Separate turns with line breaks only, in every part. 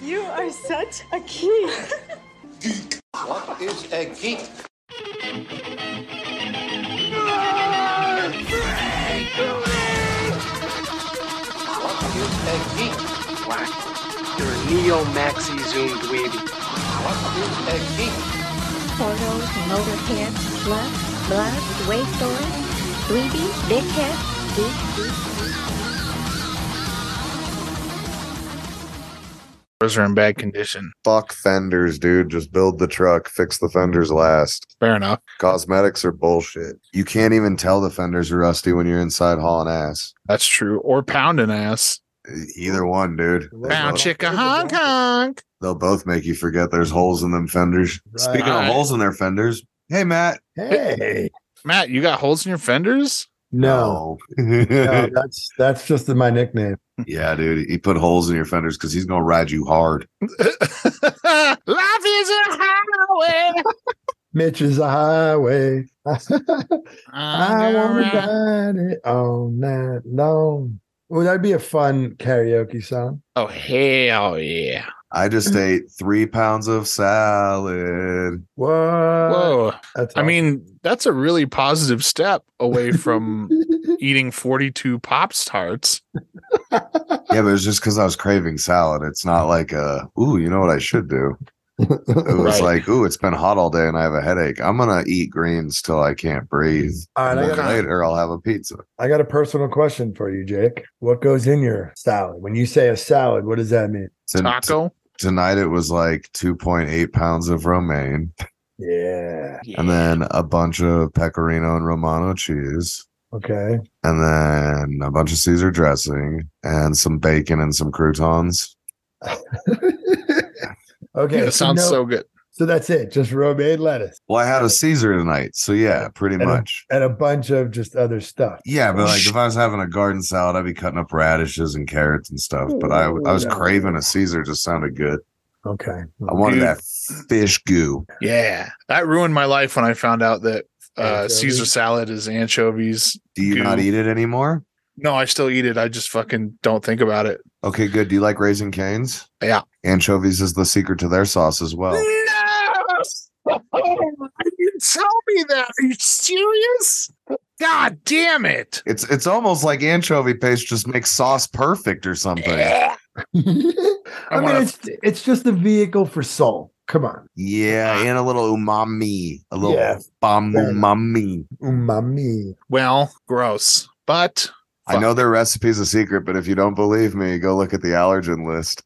You are such a geek.
What is a geek? What is a geek?
You're a neo maxi zoom dweeby.
What is a geek?
Portals, motorhead, slut, blood, wasteland, 3D, dickhead, geek, geek,
Those are in bad condition.
Fuck fenders, dude. Just build the truck, fix the fenders last.
Fair enough.
Cosmetics are bullshit. You can't even tell the fenders are rusty when you're inside hauling ass.
That's true. Or pounding ass.
Either one, dude. They
Pound
both-
chicka honk honk.
They'll both make you forget there's holes in them fenders.
Right.
Speaking of
Right.
holes in their fenders, hey Matt.
Hey,
Matt, you got holes in your fenders?
no, no, that's that's just my nickname.
yeah, dude. He put holes in your fenders because he's gonna ride you hard.
Life is a highway.
Mitch is a highway. I
I'm
want to
gonna ride-
ride it all night long. Would that be a fun karaoke song?
Oh hell yeah.
I just ate three pounds of salad.
What?
Whoa.
That's
I
awesome.
mean, that's a really positive step away from eating 42 Pop Tarts.
Yeah, but it's just because I was craving salad. It's not like uh, ooh, you know what I should do. It was
Right.
like, ooh, it's been hot all day and I have a headache. I'm gonna eat greens till I can't breathe.
All right,
And
I
then
got, a,
later I'll have a pizza.
I got a personal question for you, Jake. What goes in your salad? When you say a salad, what does that mean?
Ton- t-
Taco.
tonight it was like 2.8 pounds of romaine
Yeah.
and then a bunch of pecorino and romano cheese
Okay.
and then a bunch of Caesar dressing and some bacon and some croutons.
okay.
Yeah, that sounds
no-
so good.
So that's it. Just romaine lettuce
Well, I had a Caesar tonight, so yeah, pretty
And a-
much.
and a bunch of just other stuff.
Yeah, but like if I was having a garden salad, I'd be cutting up radishes and carrots and stuff. But I, I was
Ooh.
craving a Caesar; just sounded good.
Okay.
I wanted
Dude.
that fish goo.
Yeah. That ruined my life when I found out that uh,
Anchovies.
Caesar salad is anchovies.
Do you
Goo.
not eat it anymore?
No, I still eat it. I just fucking don't think about it.
Okay, good. Do you like raising canes?
Yeah.
Anchovies is the secret to their sauce as
Oh.
well.
No! you tell me that. Are you serious? God damn it.
It's it's almost like anchovy paste just makes sauce perfect or something.
I, mean,
wanna-
it's it's just a vehicle for soul. Come on,
Yeah, and a little umami, a little
Yeah.
bomb umami.
umami.
Well, gross. But
I know their recipe's a secret, but if you don't believe me, go look at the allergen list.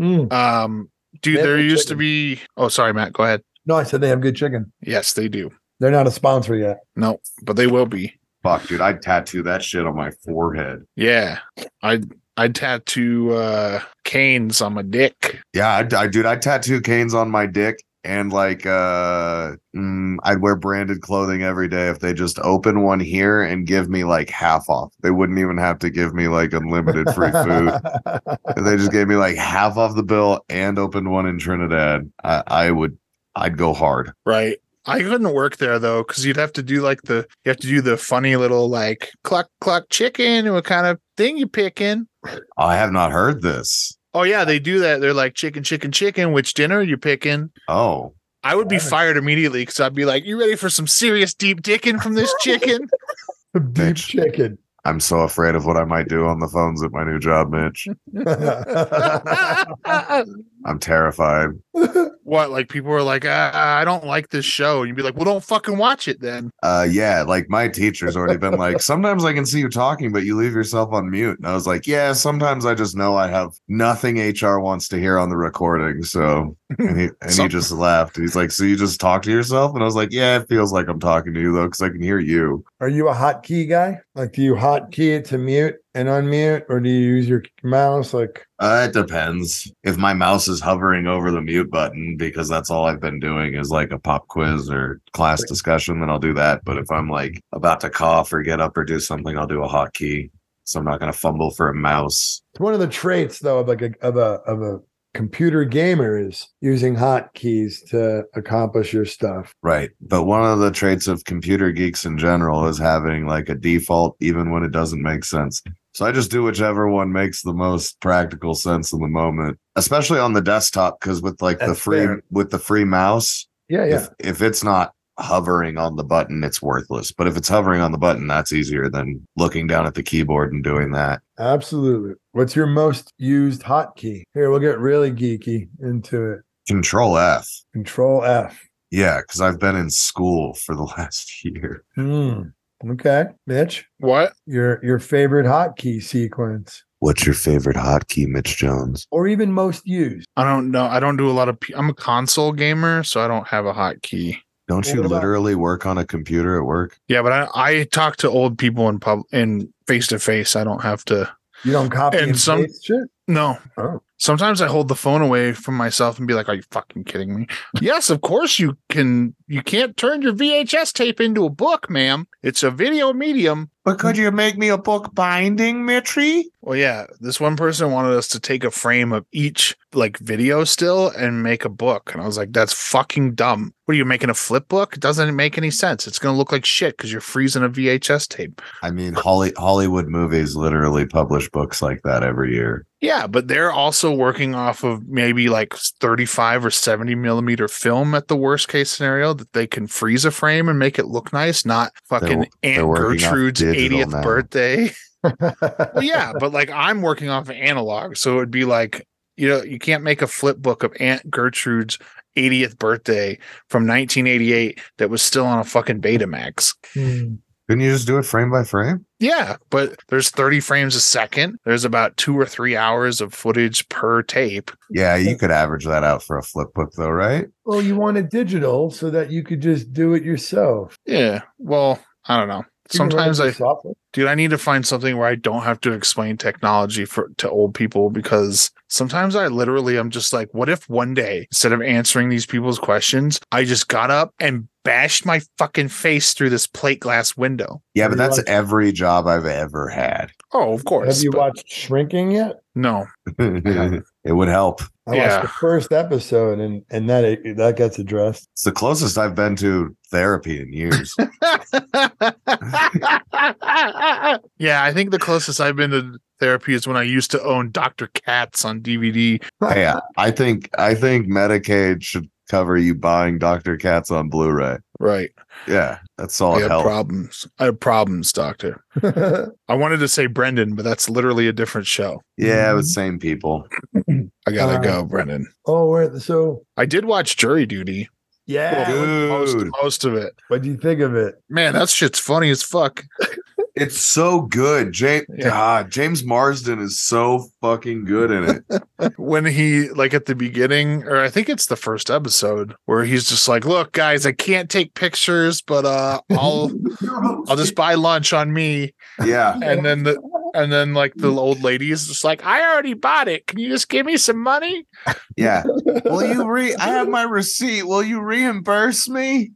Mm.
um dude,
They have
there
good
used to
chicken.
be Oh, sorry, Matt. Go ahead.
No, I said they have good chicken.
Yes, they do.
They're not a sponsor yet.
No, but they will be.
Fuck, dude, I'd tattoo that shit on my forehead.
Yeah. I I tattoo uh canes on my dick.
Yeah, I'd, I dude, I'd tattoo canes on my dick and like uh mm, I'd wear branded clothing every day if they just open one here and give me like half off. They wouldn't even have to give me like unlimited free food. If they just gave me like half off the bill and opened one in Trinidad. I, I would I'd go hard.
Right. I couldn't work there though, because you'd have to do like the you have to do the funny little like cluck cluck chicken, what kind of thing you picking.
I have not heard this.
Oh yeah, they do that. They're like chicken, chicken, chicken. Which dinner are you picking?
Oh.
I would be fired immediately because I'd be like, "You ready for some serious deep dicking from this chicken?"
Deep
Mitch.
chicken.
I'm so afraid of what I might do on the phones at my new job, Mitch. I'm terrified.
what? Like people were like, uh, "I don't like this show." You'd be like, "Well, don't fucking watch it then."
Uh yeah, like my teacher's already been like, sometimes I can see you talking, but you leave yourself on mute. And I was like, Yeah, sometimes I just know I have nothing HR wants to hear on the recording. So and he and he
Some-
just laughed. He's like, So you just talk to yourself? And I was like, Yeah, it feels like I'm talking to you though, because I can hear you.
Are you a hotkey guy? Like, do you hotkey it to mute and unmute, or do you use your mouse? Like,
Uh, it depends. If my mouse is hovering over the mute button, because that's all I've been doing is like a pop quiz or class discussion, then I'll do that. But if I'm like about to cough or get up or do something, I'll do a hotkey. So I'm not going to fumble for a mouse.
it's one of the traits though of like a of a of a computer gamer is using hotkeys to accomplish your stuff.
Right. But one of the traits of computer geeks in general is having like a default, even when it doesn't make sense. So I just do whichever one makes the most practical sense in the moment, especially on the desktop because with like the
That's
free
fair.
with the free mouse,
Yeah, yeah.
if if it's not hovering on the button, it's worthless. But if it's hovering on the button, that's easier than looking down at the keyboard and doing that.
Absolutely. What's your most used hotkey? Here, we'll get really geeky into it.
Control F.
Control F.
Yeah, because I've been in school for the last year.
Hmm. Okay, Mitch,
What?
your your favorite hotkey sequence,
What's your favorite hotkey, Mitch Jones?
or even most used.
I don't know. I don't do a lot of. P- I'm a console gamer, so I don't have a hotkey.
Don't
What
you
about-
literally work on a computer at work?
Yeah, but I I talk to old people in pub in face to face. I don't have to.
You don't copy and,
And some-
paste shit.
No.
Oh.
Sometimes I hold the phone away from myself and be like, "Are you fucking kidding me?" yes, of course you can. You can't turn your VHS tape into a book, ma'am. It's a video medium.
But could you make me a book binding, Mitchie?
Well, yeah, this one person wanted us to take a frame of each like video still and make a book. And I was like, that's fucking dumb. What are you making a flip book? It doesn't make any sense. It's going to look like shit because you're freezing a VHS tape.
I mean, Holly, Hollywood movies literally publish books like that every year.
Yeah, but they're also working off of maybe like 35 or 70 millimeter film at the worst case scenario that they can freeze a frame and make it look nice, not fucking
they're
Aunt
working off
Gertrude's
digital
80th
now.
birthday. well,
yeah.
yeah, but like I'm working off of analog, so it would be like you know you can't make a flip book of Aunt Gertrude's 80th birthday from 1988 that was still on a fucking Betamax. Hmm.
Couldn't you just do it frame by frame?
Yeah, but there's 30 frames a second. There's about two or three hours of footage per tape.
Yeah, you could average that out for a flip book, though, right?
Well, you want it digital so that you could just do it yourself.
Yeah. Well, I don't know.
You can run
Sometimes
it
I
through software.
dude i need to find something where i don't have to explain technology for to old people because sometimes i literally am just like what if one day instead of answering these people's questions i just got up and bashed my fucking face through this plate glass window
Yeah, but
Have you
that's
watched-
every job I've ever had.
oh of course
Have you
but
watched Shrinking yet?
no
it would help.
I
Yeah.
watched the first episode, and and that that gets addressed.
It's the closest I've been to therapy in years.
yeah i think the closest i've been to therapy is when i used to own dr katz on dvd
yeah, I think I think Medicaid should cover you buying Dr. Katz on Blu-ray.
right
Yeah, that's solid
i have
help.
problems i have problems doctor i wanted to say brendan but that's literally a different show Mm-hmm.
Yeah, with same people.
I gotta
Uh,
go, Brendan.
oh, we're at the so
I did watch Jury Duty.
yeah.
most,
Dude.
most of it.
What do you think of it?
Man, that shit's funny as fuck.
It's so good. James
Yeah.
God, James Marsden is so fucking good in it.
When he like at the beginning, or I think it's the first episode, where he's just like, "Look, guys, I can't take pictures, but uh, I'll I'll just buy lunch on me."
yeah.
And then the and then like the old lady is just like, "I already bought it. Can you just give me some money?"
Yeah. Will you re I have my receipt. Will you reimburse me?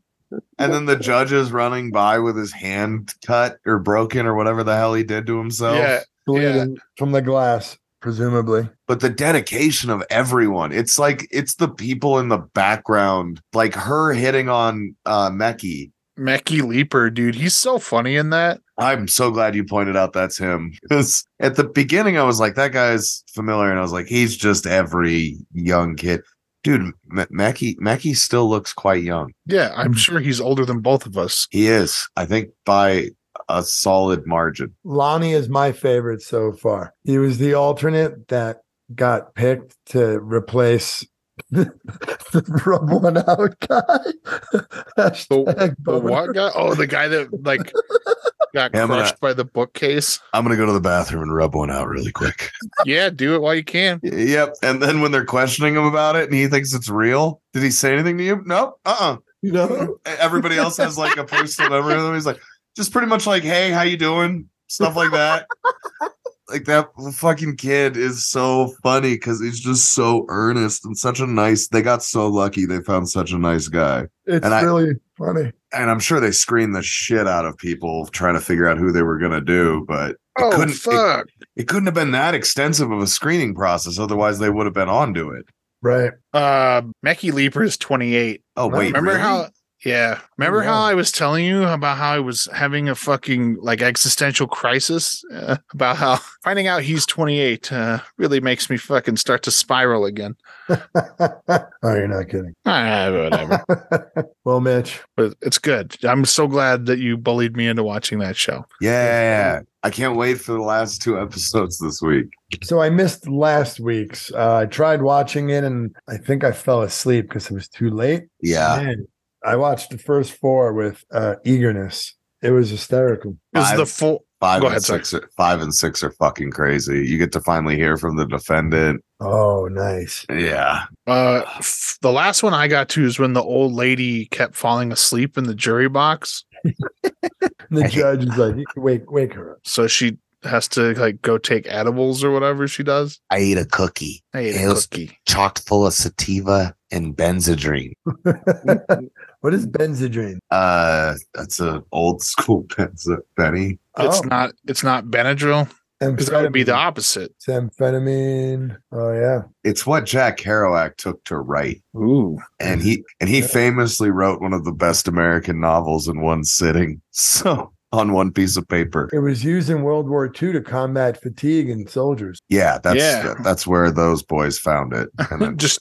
And then the judge is running by with his hand cut or broken or whatever the hell he did to himself.
Yeah,
Bleeding from the glass, presumably.
But the dedication of everyone. It's like it's the people in the background, like her hitting on uh Meki.
Mecky Leaper, dude, he's so funny in that.
I'm so glad you pointed out that's him. Because at the beginning, I was like, that guy's familiar. And I was like, he's just every young kid. Dude, M- Mackie, Mackie still looks quite young.
Yeah, I'm sure he's older than both of us.
He is, I think, by a solid margin.
Lonnie is my favorite so far. He was the alternate that got picked to replace the rub one out guy.
The
Hashtag boner.
what guy? Oh, the guy that like got
Yeah, I'm gonna-
crushed by the bookcase.
I'm going to go to the bathroom and rub one out really quick.
Yeah, do it while you can.
yep. And then when they're questioning him about it and he thinks it's real, did he say anything to you? Nope. Uh uh
You know?
Everybody else has like a personal memory of him. He's like, just pretty much like, hey, how you doing? Stuff like that. like that fucking kid is so funny because he's just so earnest and such a nice. They got so lucky they found such a nice guy.
It's
And I-
really funny.
And I'm sure they screened the shit out of people trying to figure out who they were gonna do, but it
Oh
couldn't it,
fuck!
it couldn't have been that extensive of a screening process. Otherwise, they would have been onto it.
Right.
Uh, Mecky Leaper is 28.
Oh wait,
Remember
really?
how? Yeah. Remember
Yeah.
how I was telling you about how I was having a fucking like existential crisis uh, about how finding out he's 28 uh, really makes me fucking start to spiral again.
oh, you're not kidding.
Ah, whatever.
well, Mitch,
but it's good. I'm so glad that you bullied me into watching that show.
Yeah. I can't wait for the last two episodes this week.
so I missed last week's. Uh, I tried watching it and I think I fell asleep because it was too late.
Yeah.
Man, I watched the first four with uh, eagerness. It was hysterical.
It was the
Five.
full
Five
Go
and
ahead, sir.
six are five and six are fucking crazy. You get to finally hear from the defendant.
Oh, nice.
Yeah.
uh f- the last one I got to is when the old lady kept falling asleep in the jury box,
And the judge is like, wake, wake her up.
so she has to like go take edibles or whatever she does.
I ate a cookie
I ate
It
a
was-
cookie.
chock full of sativa and benzodrine.
what is benzodrine?
Uh that's an old school benzo Benny.
It's
Oh.
not. It's not Benadryl because that would be the
Amphetamine.
opposite.
It's amphetamine. Oh yeah.
It's what Jack Kerouac took to write.
Ooh.
and he
Mm-hmm.
and he famously wrote one of the best American novels in one sitting. So on one piece of paper.
It was used in World War II to combat fatigue in soldiers.
Yeah, that's
Yeah.
that's where those boys found it. And then,
Just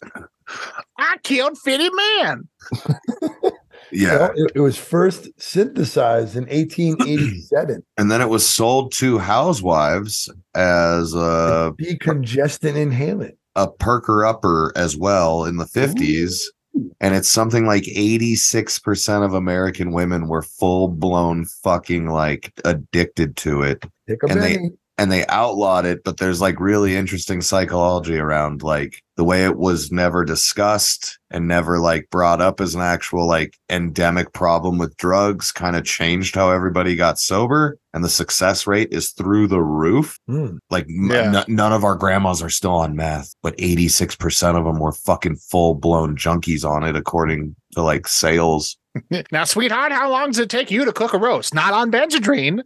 I killed Fitty Man.
yeah,
Well, it, it was first synthesized in 1887.
and then it was sold to housewives as a
Decongestant inhalant.
a perker upper as well in the fifties. And it's something like 86% of American women were full blown fucking like addicted to it.
Take a
And they-
penny.
and they outlawed it but there's like really interesting psychology around like the way it was never discussed and never like brought up as an actual like endemic problem with drugs kind of changed how everybody got sober and the success rate is through the roof
Hmm.
like m-
Yeah.
n- none of our grandmas are still on meth but 86% of them were fucking full-blown junkies on it according to like sales
Now, sweetheart, how long does it take you to cook a roast? Not on Benadryl.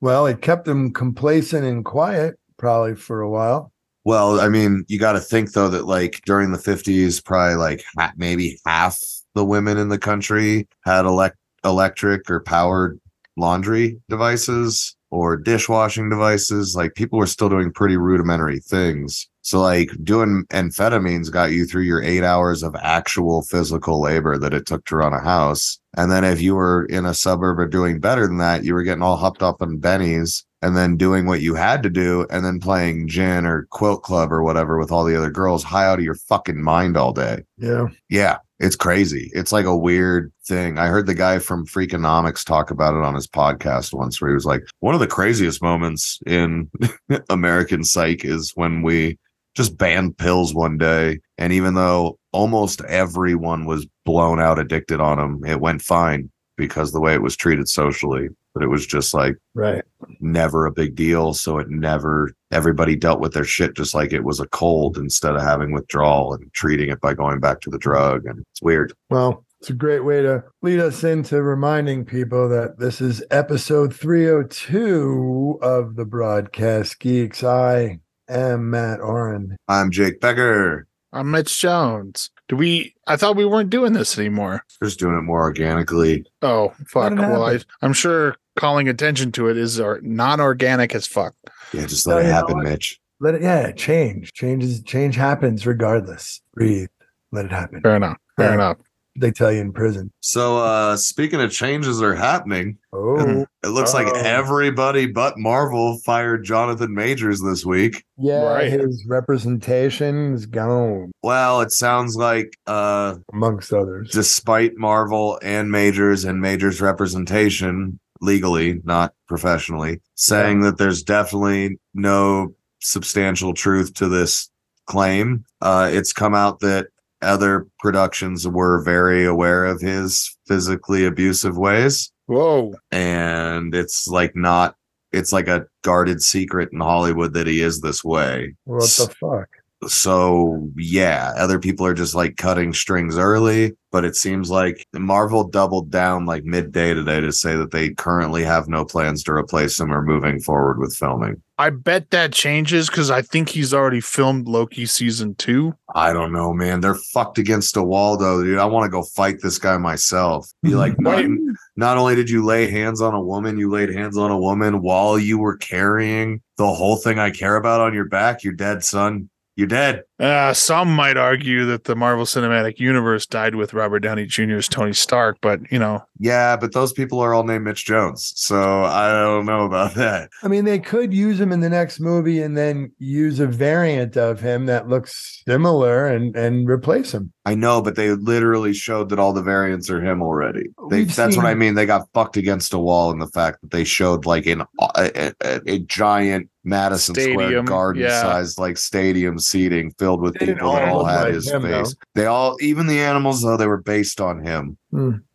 Well, it kept them complacent and quiet probably for a while.
Well, I mean, you got to think though that like during the 50s, probably like ha- maybe half the women in the country had elect- electric or powered laundry devices or dishwashing devices. Like people were still doing pretty rudimentary things. So, like, doing amphetamines got you through your eight hours of actual physical labor that it took to run a house. And then, if you were in a suburb or doing better than that, you were getting all hopped up on bennies and then doing what you had to do and then playing gin or quilt club or whatever with all the other girls high out of your fucking mind all day.
Yeah.
Yeah, it's crazy. It's like a weird thing. I heard the guy from Freakonomics talk about it on his podcast once, where he was like, one of the craziest moments in American psych is when we just banned pills one day. And even though almost everyone was blown out addicted on them, it went fine because the way it was treated socially. But it was just like
Right.
never a big deal. So it never, everybody dealt with their shit just like it was a cold instead of having withdrawal and treating it by going back to the drug. And it's weird.
Well, it's a great way to lead us into reminding people that this is episode 302 of the Broadcast Geeks. I am Matt Oren.
I'm Jake Becker.
I'm Mitch Jones. Do we? I thought we weren't doing this anymore.
Just doing it more organically.
Oh fuck!
did it
Well, I,
happen?
I'm sure calling attention to it is or non organic as fuck.
Yeah, just
No,
let
you
it
know
happen,
what?
Mitch.
Let it, yeah, change. Changes, change happens regardless. Breathe. Let it happen.
Fair enough. Fair
Yeah.
enough.
They tell you in prison.
So, uh, speaking of changes that are happening,
Oh,
it looks like
Oh.
everybody but Marvel fired Jonathan Majors this week.
yeah.
Right.
His representation is gone,
Well, it sounds like uh
amongst others.
despite Marvel and Majors and Majors representation legally, not professionally, saying that there's definitely no substantial truth to this claim. Uh, it's come out that other productions were very aware of his physically abusive ways
Whoa.
and it's like not it's like a guarded secret in Hollywood that he is this way.
What the fuck?
So yeah, other people are just like cutting strings early, but it seems like Marvel doubled down like midday today to say that they currently have no plans to replace him or moving forward with filming.
I bet that changes because I think he's already filmed Loki season two.
I don't know, man. They're fucked against a wall though, dude. I want to go fight this guy myself. Be like, not, not only did you lay hands on a woman, you laid hands on a woman while you were carrying the whole thing I care about on your back. You're dead, son. You're dead.
Uh, some might argue that the Marvel Cinematic Universe died with Robert Downey Jr. as Tony Stark, but you know,
Yeah, but those people are all named Mitch Jones. So I don't know about that.
I mean, they could use him in the next movie and then use a variant of him that looks similar and and replace him.
I know, but they literally showed that all the variants are him already. They,
We've
that's what I
seen-
mean. They got fucked against a wall in the fact that they showed like an a, a, a giant Madison Square
Stadium,
Garden
yeah.
sized like stadium seating filled with
They didn't
people that
all
all
look
had
like
his
him, though.
face. They all, even the animals though, they were based on him.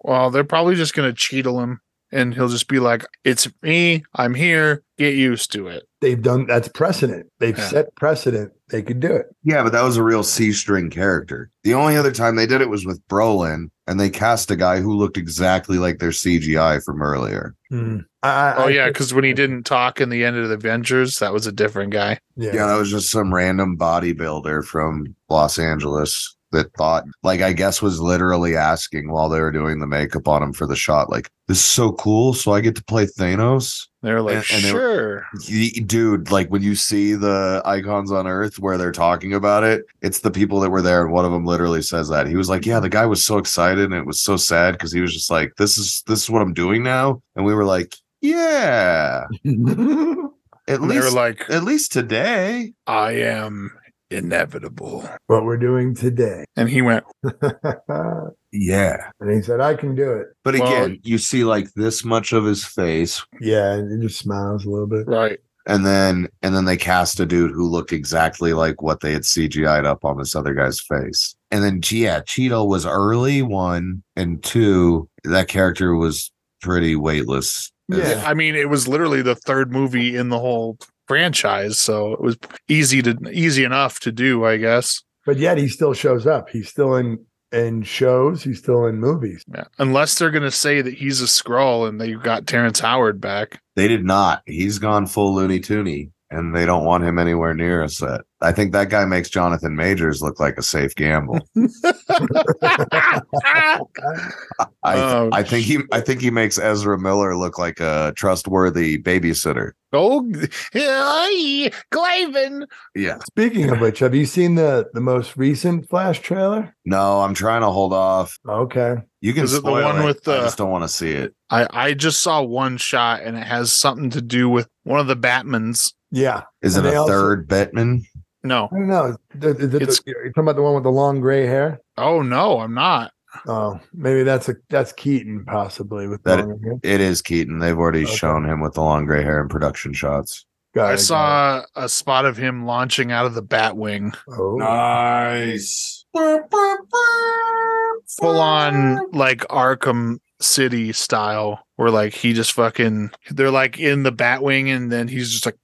well, they're probably just gonna cheatle him, and he'll just be like, "It's me. I'm here. Get used to it."
They've done that's precedent. They've
Yeah.
set precedent. They could do it.
Yeah, but that was a real C string character. The only other time they did it was with Brolin, and they cast a guy who looked exactly like their CGI from earlier.
I, I-
Oh
I
yeah,
think-
because when he didn't talk in the end of the Avengers, that was a different guy.
yeah.
Yeah. that was just some random bodybuilder from Los Angeles that thought, like, I guess was literally asking while they were doing the makeup on him for the shot, like, this is so cool. So I get to play Thanos.
They were like,
And- and they were-
"Sure."
Y- Dude, like when you see the icons on Earth where they're talking about it, it's the people that were there. And one of them literally says that. He was like, Yeah, the guy was so excited and it was so sad because he was just like, This is this is what I'm doing now. And we were like, Yeah. At
And they were
least
like,
at least today.
"I am inevitable,"
what we're doing today.
and he went,
and
Yeah.
he said, I can do it.
But
Well-
again, you see like this much of his face,
Yeah. And he just smiles a little bit.
"Right."
and then and then they cast a dude who looked exactly like what they had CGI'd up on this other guy's face. And then yeah, Cheeto was early one and two. That character was pretty weightless.
Yeah.
I mean, it was literally the third movie in the whole franchise, so it was easy to easy enough to do, I guess.
But yet he still shows up. He's still in in shows. He's still in movies.
Yeah. Unless they're gonna say that he's a scroll and they got Terrence Howard back.
They did not. He's gone full Looney Tooney, and they don't want him anywhere near a set. I think that guy makes Jonathan Majors look like a safe gamble. I
Oh,
I think he I think he makes Ezra Miller look like a trustworthy babysitter.
oh, hey, Glaven.
Yeah.
Speaking of which, have you seen the the most recent Flash trailer?
No, I'm trying to hold off.
Okay.
You can
Is it the
spoil
one with uh,
I
the-
just don't want to see it.
I I just saw one shot, and it has something to do with one of the Batmans.
Yeah.
Is
And
it
they
a
also-
third Batman?
No,
I don't know. The, the, the,
It's-
you're talking about the one with the long gray hair?
oh no, I'm not.
Oh, maybe that's a that's Keaton possibly with
That-
long hair.
It is Keaton. They've already
Okay.
shown him with the long gray hair in production shots.
Got it,
I
got it.
saw a spot of him launching out of the Batwing,
Oh.
Nice.
full
Ah.
on like Arkham City style, where like he just fucking they're like in the Batwing, and then he's just like.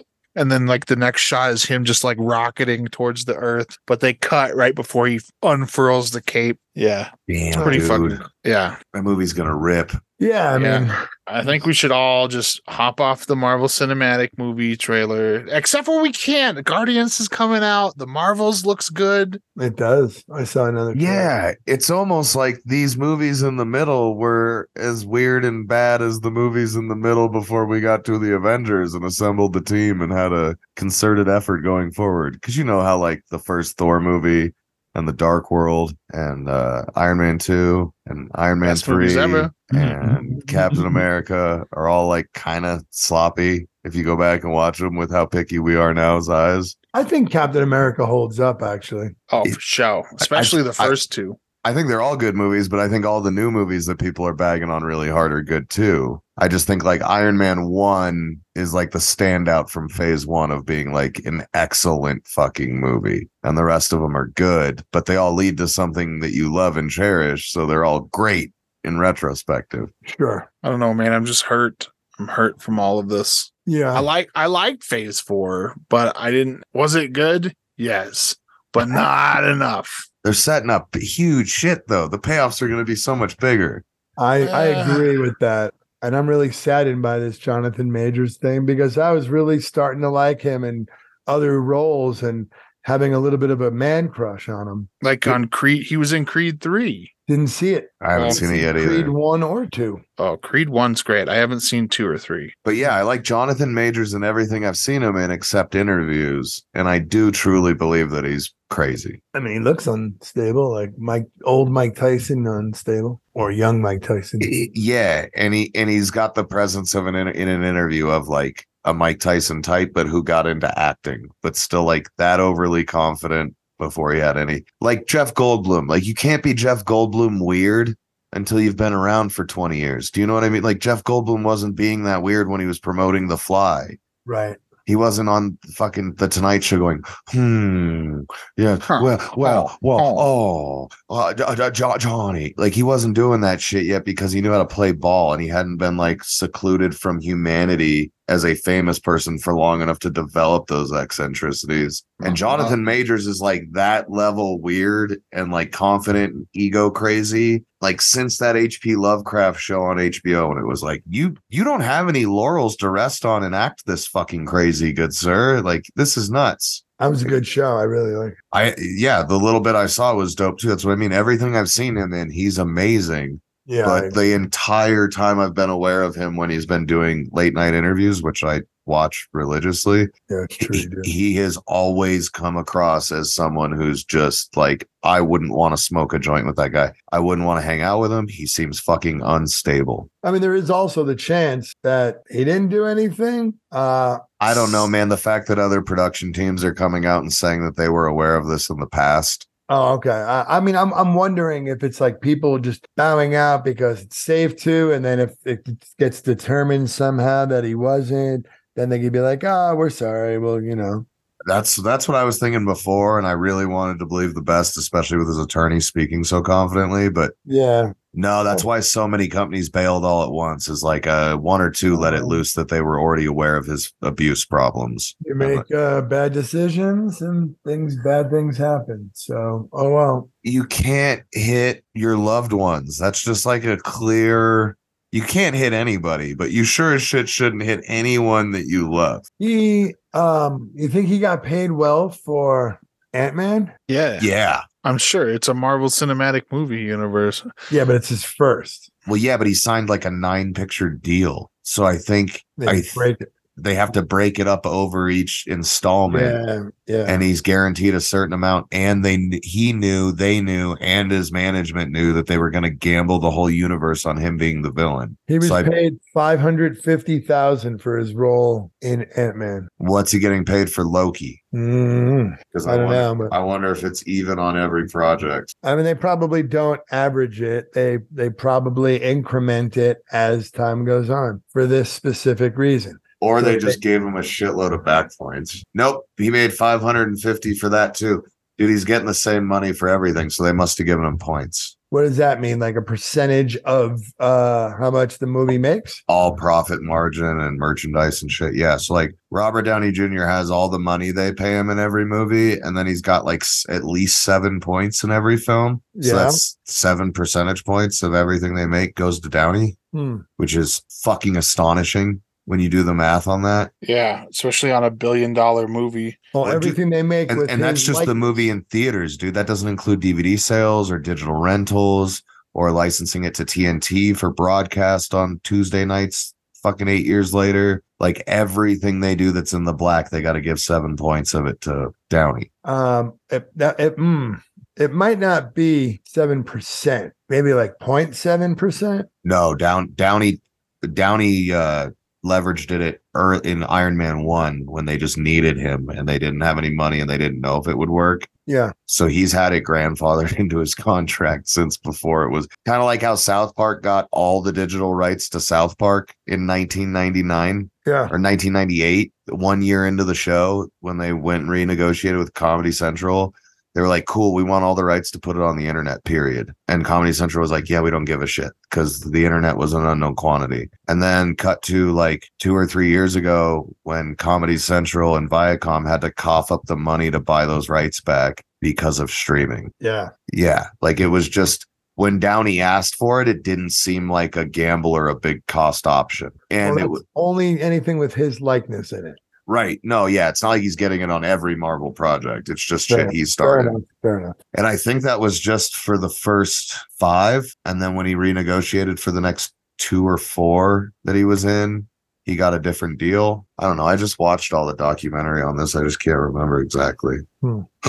And then, like the next shot is him just like rocketing towards the earth, but they cut right before he unfurls the cape. Yeah,
Damn,
it's pretty
dude.
fucking yeah.
That movie's gonna rip.
Yeah, I
Yeah.
mean,
I think we should all just hop off the Marvel Cinematic movie trailer, except for we can't. Guardians is coming out. The Marvels looks good.
it does. I saw another. trailer.
Yeah, it's almost like these movies in the middle were as weird and bad as the movies in the middle before we got to the Avengers and assembled the team and had a concerted effort going forward. Because you know how like the first Thor movie and the Dark World and uh, Iron Man two and Iron Man
Best movies
three
ever.
and Captain America are all like kind of sloppy. If you go back and watch them with how picky we are now as eyes,
I think Captain America holds up actually.
Oh, for sure. Especially the
I-
first two.
I think they're all good movies, but I think all the new movies that people are bagging on really hard are good too. I just think like Iron Man 1 is like the standout from phase one of being like an excellent fucking movie. And the rest of them are good, but they all lead to something that you love and cherish. So they're all great in retrospective.
Sure.
I don't know, man. I'm just hurt. I'm hurt from all of this.
Yeah.
I like I liked phase four, but I didn't was it good? yes, but not enough.
They're setting up huge shit though. The payoffs are going to be so much bigger.
I, I
Ah.
agree with that. And I'm really saddened by this Jonathan Majors thing because I was really starting to like him in other roles and having a little bit of a man crush on him.
Like on Creed, he was in Creed three.
Didn't see it.
I haven't
Well,
seen it yet
Creed
either.
one or two.
Oh, Creed one's great. I haven't seen two or three.
But yeah, I like Jonathan Majors and everything I've seen him in except interviews, and I do truly believe that he's crazy.
I mean, he looks unstable, like Mike, old Mike Tyson, unstable, or young Mike Tyson.
Yeah, and he and he's got the presence of an in, in an interview of like a Mike Tyson type, but who got into acting, but still like that overly confident before he had any like Jeff Goldblum. Like you can't be Jeff Goldblum weird until you've been around for 20 years. Do you know what I mean? Like Jeff Goldblum wasn't being that weird when he was promoting The Fly.
Right.
He wasn't on fucking the Tonight Show going, hmm, yeah,
Huh.
well, well, well,
Huh.
oh, uh, Jo- Jo- Jo- Johnny. Like he wasn't doing that shit yet because he knew how to play ball and he hadn't been like secluded from humanity as a famous person for long enough to develop those eccentricities. And Jonathan Majors is like that level weird and like confident and ego crazy. Like since that HP Lovecraft show on HBO, and it was like, you you don't have any laurels to rest on and act this fucking crazy, good sir. Like this is nuts.
That was a good show. I really like.
I yeah, the little bit I saw was dope too. That's what I mean. Everything I've seen him in, he's amazing.
Yeah.
But the entire time I've been aware of him when he's been doing late night interviews, which I watch religiously,
yeah, it's true.
he,
dude.
he has always come across as someone who's just like, I wouldn't want to smoke a joint with that guy. I wouldn't want to hang out with him. He seems fucking unstable.
I mean, there is also the chance that he didn't do anything. Uh,
I don't know, man. The fact that other production teams are coming out and saying that they were aware of this in the past.
Oh, okay. I, I mean, I'm I'm wondering if it's like people just bowing out because it's safe to, and then if it gets determined somehow that he wasn't, then they could be like, "Ah, we're sorry." Well, you know,
That's that's what I was thinking before, and I really wanted to believe the best, especially with his attorney speaking so confidently. But
yeah,
no, that's why so many companies bailed all at once. Is like uh, one or two let it loose that they were already aware of his abuse problems.
you make uh, bad decisions and things, bad things happen. So, oh well,
you can't hit your loved ones. That's just like a clear. You can't hit anybody, but you sure as shit shouldn't hit anyone that you love.
he um, you think he got paid well for Ant Man?
Yeah.
Yeah.
I'm sure it's a Marvel Cinematic Movie universe.
Yeah, but it's his first.
Well, yeah, but he signed like a nine picture deal. So I think
They
I
break it.
they have to break it up over each
Oh,
installment.
Yeah, yeah.
And he's guaranteed a certain amount, and they kn- he knew, they knew, and his management knew that they were going to gamble the whole universe on him being the villain.
He was
So I-
paid five hundred fifty thousand for his role in Ant Man.
What's he getting paid for Loki?
Mm,
Because
I don't know, but
I wonder if it's even on every project.
I mean, they probably don't average it. They they probably increment it as time goes on for this specific reason.
Or
they just
gave him a shitload of back points. Nope. He made 550 for that too. Dude, he's getting the same money for everything. So they must have given him points.
What does that mean? Like a percentage of uh how much the movie makes?
all profit margin and merchandise and shit. Yeah. So like Robert Downey Jr. has all the money they pay him in every movie, and then he's got like s- at least seven points in every film. So
Yeah.
that's seven percentage points of everything they make goes to Downey,
Hmm.
which is fucking astonishing when you do the math on that.
Yeah, especially on a billion dollar movie.
Well,
Well, dude,
everything they make
And,
with
and that's
his
just the
likeness.
movie in theaters, dude. That doesn't include DVD sales or digital rentals or licensing it to TNT for broadcast on Tuesday nights, fucking eight years later. Like everything they do that's in the black, they got to give seven points of it to Downey.
Um, it, that, it, mm, it might not be seven percent, maybe like 07 percent.
No, down Downey, Downey, uh, leveraged it at, er, in Iron Man 1 when they just needed him and they didn't have any money and they didn't know if it would work.
Yeah,
So he's had it grandfathered into his contract since before it was kind of like how South Park got all the digital rights to South Park in 1999
yeah.
or 1998, one year into the show when they went and renegotiated with Comedy Central. They were like, cool, we want all the rights to put it on the internet, period. And Comedy Central was like, yeah, we don't give a shit because the internet was an unknown quantity. And then cut to like two or three years ago when Comedy Central and Viacom had to cough up the money to buy those rights back because of streaming.
Yeah.
Yeah. Like it was just when Downey asked for it, it didn't seem like a gamble or a big cost option. And
Well,
it
that's
was
only anything with his likeness in it.
right. No, yeah. It's not like he's getting it on every Marvel project. It's just
Fair-
shit he
Fair
started.
enough. Fair enough.
And I think that was just for the first five. And then when he renegotiated for the next two or four that he was in, he got a different deal. I don't know. I just watched all the documentary on this. I just can't remember exactly.
Hmm.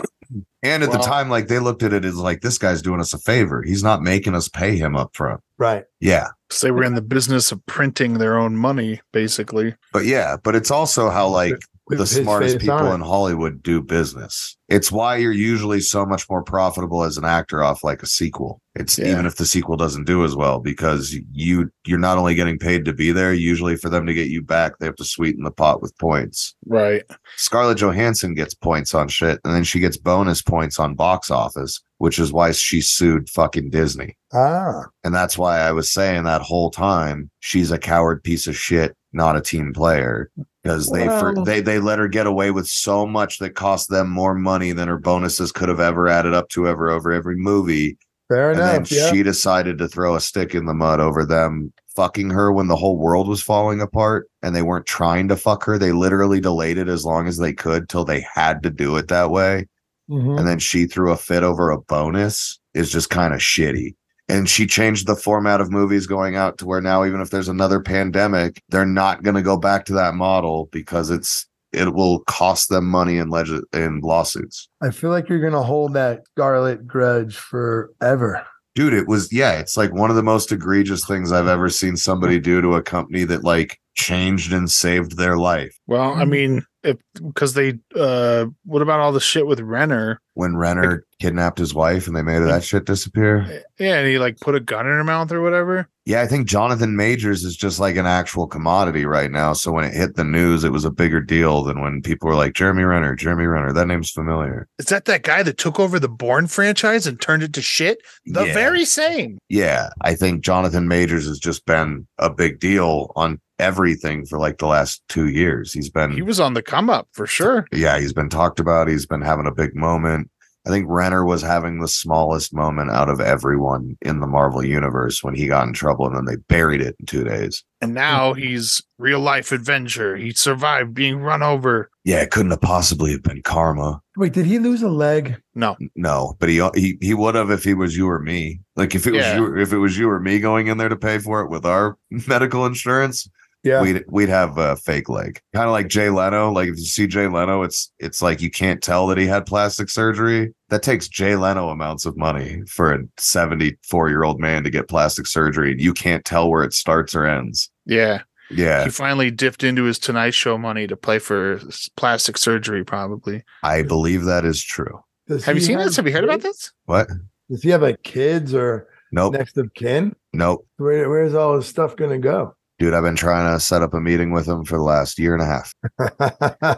And at the
Well-
time, like they looked at it as like, this guy's doing us a favor. He's not making us pay him up front.
Right.
Yeah.
So they were in the business of printing their own money, basically.
But yeah, but it's also how like
With
the
his
smartest
face on
people
it.
in Hollywood do business. It's why you're usually so much more profitable as an actor off like a sequel. It's
Yeah.
even if the sequel doesn't do as well because you you're not only getting paid to be there, usually for them to get you back, they have to sweeten the pot with points.
Right.
Scarlett Johansson gets points on shit and then she gets bonus points on box office, which is why she sued fucking Disney.
Ah.
And that's why I was saying that whole time she's a coward piece of shit, not a team player. Because they for,
Well-
they they let her get away with so much that cost them more money than her bonuses could have ever added up to ever over every movie.
Fair
And then
enough. Yeah.
she decided to throw a stick in the mud over them fucking her when the whole world was falling apart and they weren't trying to fuck her. They literally delayed it as long as they could till they had to do it that way
Mhm.
and then she threw a fit over a bonus is just kind of shitty. And she changed the format of movies going out to where now, even if there's another pandemic, they're not going to go back to that model because it's it will cost them money in leg- in lawsuits.
I feel like you're gonna hold that Scarlet grudge forever.
Dude, it was yeah, it's like one of the most egregious things I've ever seen somebody do to a company that like changed and saved their life.
Well, I mean, if because they, uh, what about all the shit with Renner?
When Renner kidnapped his wife and they made that shit disappear.
Yeah, and he like put a gun in her mouth or whatever.
Yeah, I think Jonathan Majors is just like an actual commodity right now. So when it hit the news, it was a bigger deal than when people were like, Jeremy Renner, Jeremy Renner, that name's familiar.
Is that that guy that took over the Bourne franchise and turned it to shit? The
yeah.
very same.
Yeah, I think Jonathan Majors has just been a big deal on everything for like the last two years. He's been,
He was on the come up for sure.
yeah, he's been talked about. He's been having a big moment. I think Renner was having the smallest moment out of everyone in the Marvel universe when he got in trouble and then they buried it in two days.
And now he's real life adventure. He survived being run over.
Yeah, it couldn't have possibly have been karma.
Wait, did he lose a leg?
No,
No, but he he he would have if he was you or me. Like if it
Yeah.
was you if it was you or me going in there to pay for it with our medical insurance,
Yeah.
we'd we'd have a fake leg. Kind of like Jay Leno. Like if you see Jay Leno, it's it's like you can't tell that he had plastic surgery. That takes Jay Leno amounts of money for a 74-year-old man to get plastic surgery and you can't tell where it starts or ends.
yeah.
Yeah.
He finally dipped into his Tonight Show money to play for s- plastic surgery, probably.
I believe that is true.
Does
Have you
he
seen this? Have you heard about
kids?
this?
What?
Does he have like kids or
Nope.
next of kin?
Nope.
Where, where's all his stuff gonna go?
Dude, I've been trying to set up a meeting with him for the last year and a half.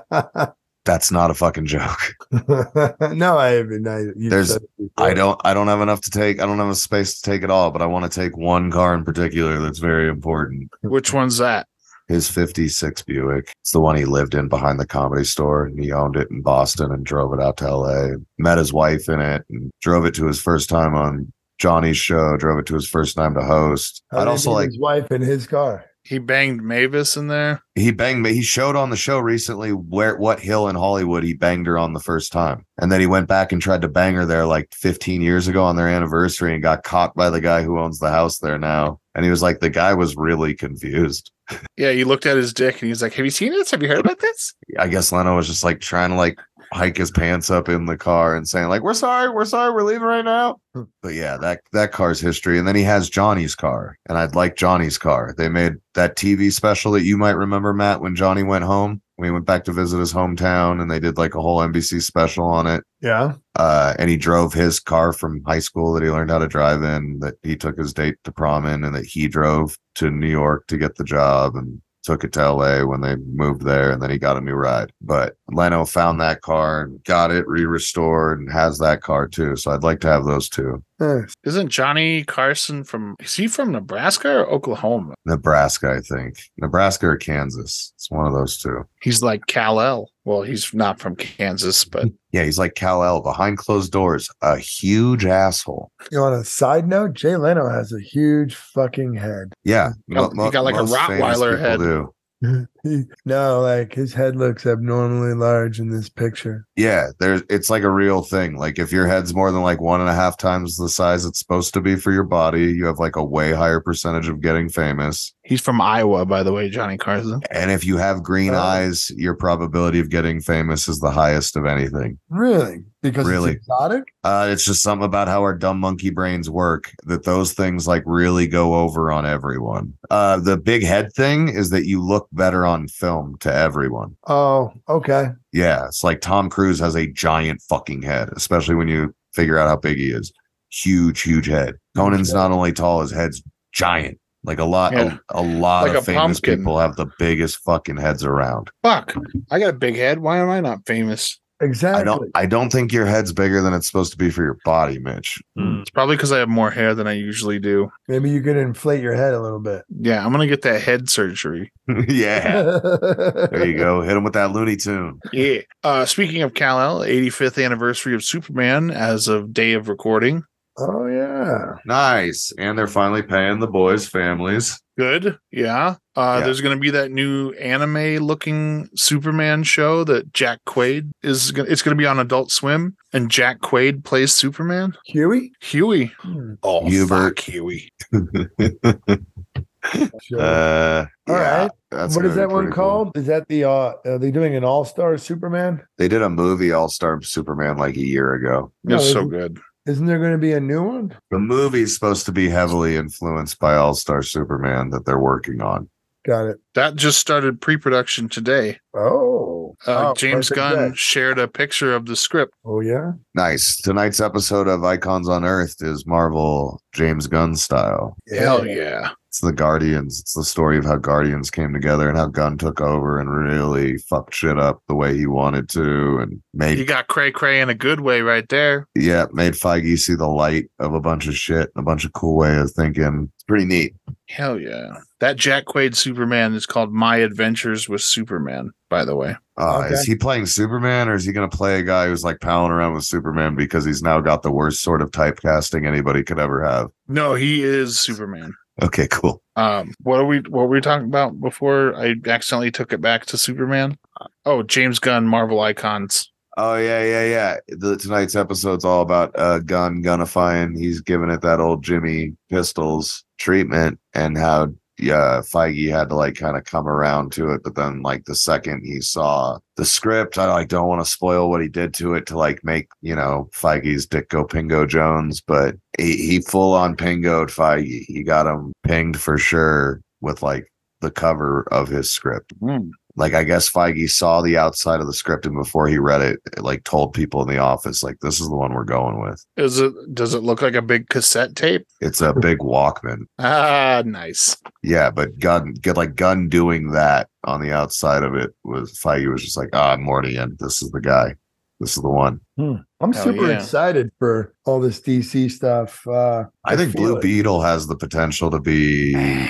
That's not a fucking joke.
no, I haven't. I, you
There's-
said it before.
I don't I don't have enough to take. I don't have a space to take it all, but I want to take one car in particular that's very important.
Which one's that?
His 56 Buick. It's the one he lived in behind the comedy store and he owned it in Boston and drove it out to LA. Met his wife in it and drove it to his first time on Johnny's show, drove it to his first time to host.
How
I'd
did he
also
leave
like
his wife in his car.
He banged Mavis in there.
he banged me. He showed on the show recently where what hill in Hollywood he banged her on the first time, and then he went back and tried to bang her there like 15 years ago on their anniversary, and got caught by the guy who owns the house there now. And he was like, the guy was really confused.
Yeah, he looked at his dick and he's like, "Have you seen this? Have you heard about this?"
I guess Leno was just like trying to like hike his pants up in the car and saying like, "We're sorry, we're sorry, we're leaving right now." But yeah, that that car's history, and then he has Johnny's car, and I'd like Johnny's car. They made that TV special that you might remember, Matt, when Johnny went home. We went back to visit his hometown, and they did like a whole NBC special on it.
Yeah.
Uh, and he drove his car from high school that he learned how to drive in, that he took his date to prom in, and that he drove to New York to get the job. And took it to LA when they moved there and then he got a new ride. But Leno found that car and got it re restored and has that car too. So I'd like to have those two.
Nice.
Isn't Johnny Carson from? Is he from Nebraska or Oklahoma?
Nebraska, I think. Nebraska or Kansas. It's one of those two.
He's like Cal El. Well, he's not from Kansas, but
Yeah, he's like Cal El behind closed doors, a huge asshole.
You want a side note? Jay Leno has a huge fucking head.
Yeah.
He got- he got like a
most famous
Rottweiler
people
head.
Do.
He- no, like his head looks abnormally large in this picture.
Yeah, there's it's like a real thing. Like if your head's more than like one and a half times the size it's supposed to be for your body, you have like a way higher percentage of getting famous.
he's from Iowa, by the way. Johnny Carson.
And if you have green
Oh.
eyes, your probability of getting famous is the highest of anything.
Really? Because
Really?
it's exotic?
Uh, it's just something about how our dumb monkey brains work that those things like really go over on everyone. Uh, the big head thing is that you look better on film to everyone.
Oh, okay.
Yeah, it's like Tom Cruise has a giant fucking head, especially when you figure out how big he is. Huge, huge head. Conan's not only tall, his head's giant. Like a lot,
Yeah.
a, a lot
Like
of
a
famous
pumpkin.
people have the biggest fucking heads around.
Fuck, I got a big head. Why am I not famous?
Exactly.
I don't, I don't think your head's bigger than it's supposed to be for your body, Mitch.
It's probably because I have more hair than I usually do.
Maybe you could inflate your head a little bit.
Yeah, I'm gonna get that head surgery.
yeah, there
there
you go. Hit him with that Looney Tune.
Yeah. Uh, speaking of Cal El, 85th anniversary of Superman as of day of recording.
Oh yeah.
Nice. And they're finally paying the boys' families.
Good. Yeah. Uh,
Yeah.
There's going to be that new anime looking Superman show that Jack Quaid is. Gonna, it's going to be on Adult Swim, and Jack Quaid plays Superman.
Huey?
Huey.
Hmm.
Oh,
Hubert.
fuck Huey.
Sure.
uh,
All
yeah,
right.
that's
what
gonna
is
be
that one
pretty cool.
called? Is that the uh are they doing an all-star Superman?
They did a movie All Star Superman like a year ago.
No,
That's so
isn't-
good.
Isn't there gonna be a new one?
The movie's supposed to be heavily influenced by All Star Superman that they're working on.
Got it.
That just started pre production today.
Oh.
Uh,
Oh,
James
perfect
Gunn
day.
shared a picture of the script.
Oh yeah.
Nice. Tonight's episode of Icons Unearthed is Marvel James Gunn style.
Hell yeah.
It's the Guardians. It's the story of how Guardians came together and how Gunn took over and really fucked shit up the way he wanted to and made
You got Cray Cray in a good way right there.
yeah, made Feige see the light of a bunch of shit and a bunch of cool way of thinking. It's pretty neat.
Hell yeah. That Jack Quaid Superman is called My Adventures with Superman, by the way.
Uh, Is
Okay.
he playing Superman or is he going to play a guy who's like palling around with Superman because he's now got the worst sort of typecasting anybody could ever have?
No, he is Superman.
Okay, cool.
Um, what are we what were we talking about before I accidentally took it back to Superman? Oh, James Gunn, Marvel Icons.
Oh yeah, yeah, yeah. The tonight's episode's all about uh gun gunifying. He's giving it that old Jimmy pistols treatment and how yeah, Feige had to like kind of come around to it, but then like the second he saw the script, I like don't want to spoil what he did to it to like make you know Feige's dick go Pingo Jones, but he, he full on pingoed Feige. He got him pinged for sure with like the cover of his script
Hmm.
like I guess Feige saw the outside of the script and before he read it, like told people in the office, like this is the one we're going with.
Is it does it look like a big cassette tape?
It's a big Walkman.
Ah, nice.
Yeah, but gun get like gun doing that on the outside of it was Feige was just like, ah, Mortian, this is the guy. This is the one.
I'm
Hell
super
yeah.
excited for all this DC stuff. Uh
I think
feel
Blue
it.
Beetle has the potential to be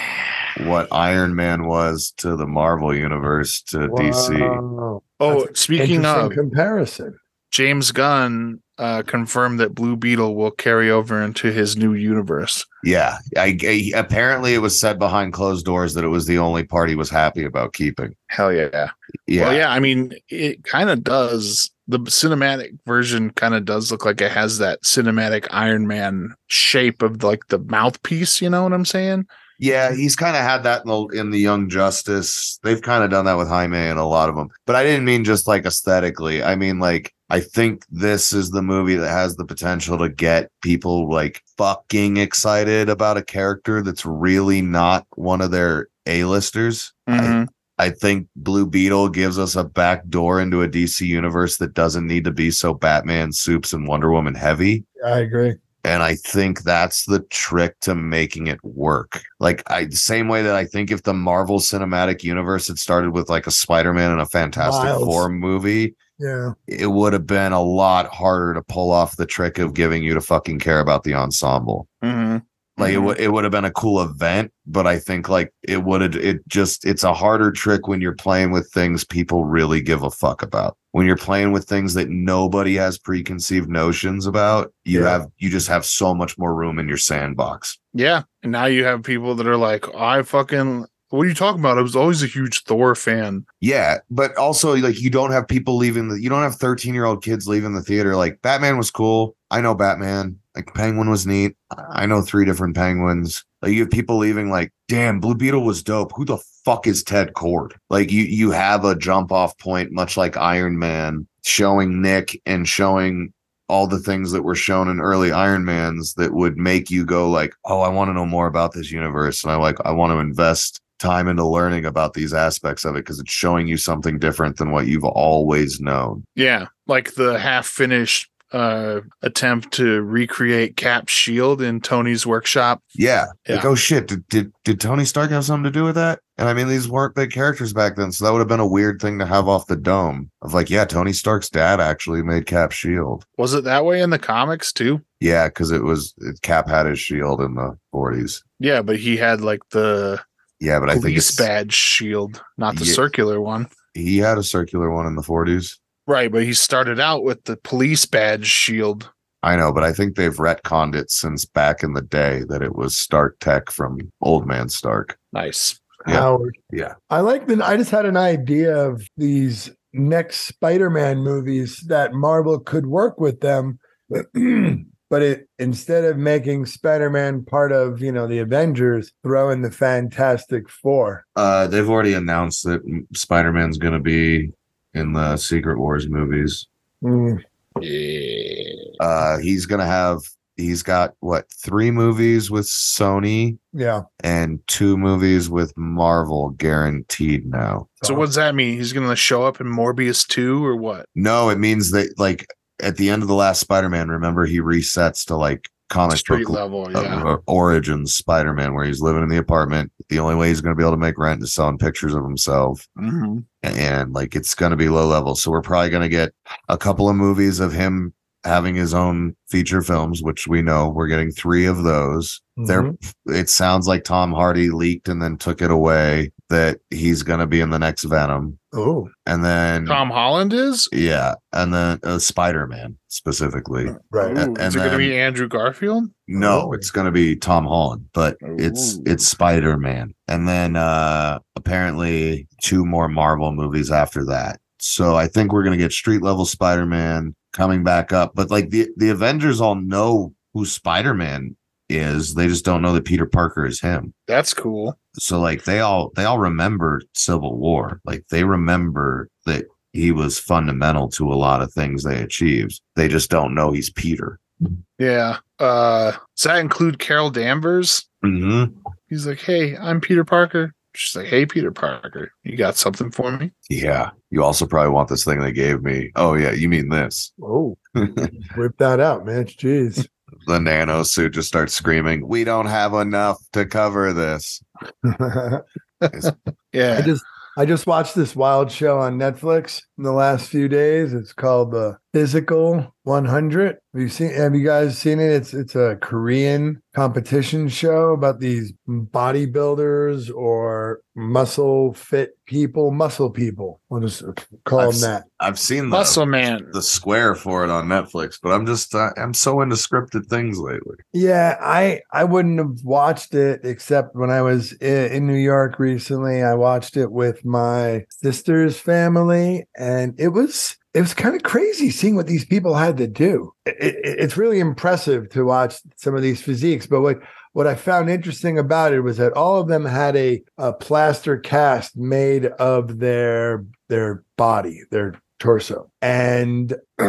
what Iron Man was to the Marvel universe to DC.
Wow.
Oh,
That's an
speaking
Interesting
of
comparison.
James Gunn uh, confirmed that Blue Beetle will carry over into his new universe.
Yeah, I, I apparently it was said behind closed doors that it was the only part he was happy about keeping.
Hell yeah.
Yeah,
Well, yeah, I mean, it kind of does. The cinematic version kind of does look like it has that cinematic Iron Man shape of like the mouthpiece. You know what I'm saying?
Yeah, he's kind of had that in the, in the Young Justice. They've kind of done that with Jaime and a lot of them. But I didn't mean just like aesthetically. I mean like I think this is the movie that has the potential to get people like fucking excited about a character that's really not one of their A-listers.
Mhm.
I think Blue Beetle gives us a back door into a DC universe that doesn't need to be so Batman, Supes, and Wonder Woman heavy
I agree.
And I think that's the trick to making it work. Like I same way that I think if the Marvel Cinematic Universe had started with like a Spider-Man and a Fantastic
Miles.
Four movie,
Yeah.
it would have been a lot harder to pull off the trick of giving you to fucking care about the ensemble.
Mhm.
Like it
Mhm.
would it would have been a cool event, but I think like it would have it just it's a harder trick when you're playing with things people really give a fuck about. When you're playing with things that nobody has preconceived notions about, you
Yeah.
have you just have so much more room in your sandbox.
Yeah. And now you have people that are like, I fucking, what are you talking about? I was always a huge Thor fan.
Yeah, but also like you don't have people leaving the you don't have 13 year old kids leaving the theater like Batman was cool. I know Batman. Like Penguin was neat. I I know three different penguins. Like you have people leaving like, damn, Blue Beetle was dope. Who the fuck is Ted Cord? Like you you have a jump off point, much like Iron Man, showing Nick and showing all the things that were shown in early Iron Mans that would make you go like, oh, I want to know more about this universe. And I like I want to invest time into learning about these aspects of it because it's showing you something different than what you've always known.
Yeah. Like the half finished uh attempt to recreate Cap's shield in Tony's workshop.
Yeah. Like,
Yeah.
oh shit, did, did did Tony Stark have something to do with that? And I mean these weren't big characters back then, so that would have been a weird thing to have off the dome of like, yeah, Tony Stark's dad actually made Cap shield.
Was it that way in the comics too?
E Yeah, because it was it, Cap had his shield E in the 40s.
Yeah, but he had like the
Yeah, but I think
police
it's,
badge shield, not the
Yeah.
circular one.
he had a circular one in the 40s.
Right, but he started out with the police badge shield.
I know, but I think they've retconned it since back in the day that it was Stark Tech from Old Man Stark.
Nice.
Yeah.
Howard.
Yeah.
I like the I just had an idea of these next Spider-Man movies that Marvel could work with them. But it instead of making Spider-Man part of, you know, the Avengers, throw in the Fantastic Four.
Uh, they've already announced that Spider Man's going to be in the Secret Wars movies.
Mm,
Uh, he's going to have, he's got what, three movies with Sony
yeah.
and two movies with Marvel guaranteed now.
So what does that mean? He's gonna show up in Morbius two or what?
No, it means that, like, at the end of the last Spider Man, remember he resets to like comic
Street
book
level,
uh,
yeah.
or- origins Spider-Man, where he's living in the apartment. The only way he's going to be able to make rent is selling pictures of himself, Mm-hmm.
Mhm.
and like it's going to be low level. So we're probably going to get a couple of movies of him having his own feature films, which we know we're getting three of those. They're.
Mhm.
It sounds like Tom Hardy leaked and then took it away that he's going to be in the next Venom,
Oh,
and then
Tom Holland is?
yeah, and then uh, Spider-Man specifically.
right.
Ooh,
and
is it gonna
then-
be Andrew Garfield?
No,
Oh.
it's going to be Tom Holland, but it's
Ooh.
it's Spider-Man. And then uh apparently two more Marvel movies after that. So I think we're going to get street level Spider-Man coming back up, but like the the Avengers all know who Spider-Man is. They just don't know that Peter Parker is him.
That's cool.
So like they all they all remember Civil War. Like they remember that he was fundamental to a lot of things they achieved. They just don't know he's Peter.
Yeah. Uh does that include Carol Danvers?
Mhm.
He's like, Hey, I'm Peter Parker. She's like, Hey Peter Parker, you got something for me?
Yeah. You also probably want this thing they gave me. Oh, yeah. You mean this?
Oh, whip that out, man. Jeez.
The nano suit just starts screaming, We don't have enough to cover this.
Yeah.
I just I just watched this wild show on Netflix in the last few days. It's called the Physical 100. Have you seen? Have you guys seen it? It's it's a Korean competition show about these bodybuilders or muscle fit people, muscle people. We'll just call
I've
them
s-
that.
I've seen the,
Muscle Man.
the square for it on Netflix, but I'm just, uh, I'm so into scripted things lately.
Yeah, I I wouldn't have watched it except when I was i- in New York recently. I watched it with my sister's family, and it was it was kind of crazy seeing what these people had to do. I- I- it's really impressive to watch some of these physiques, but what what I found interesting about it was that all of them had a, a plaster cast made of their their body, their torso, and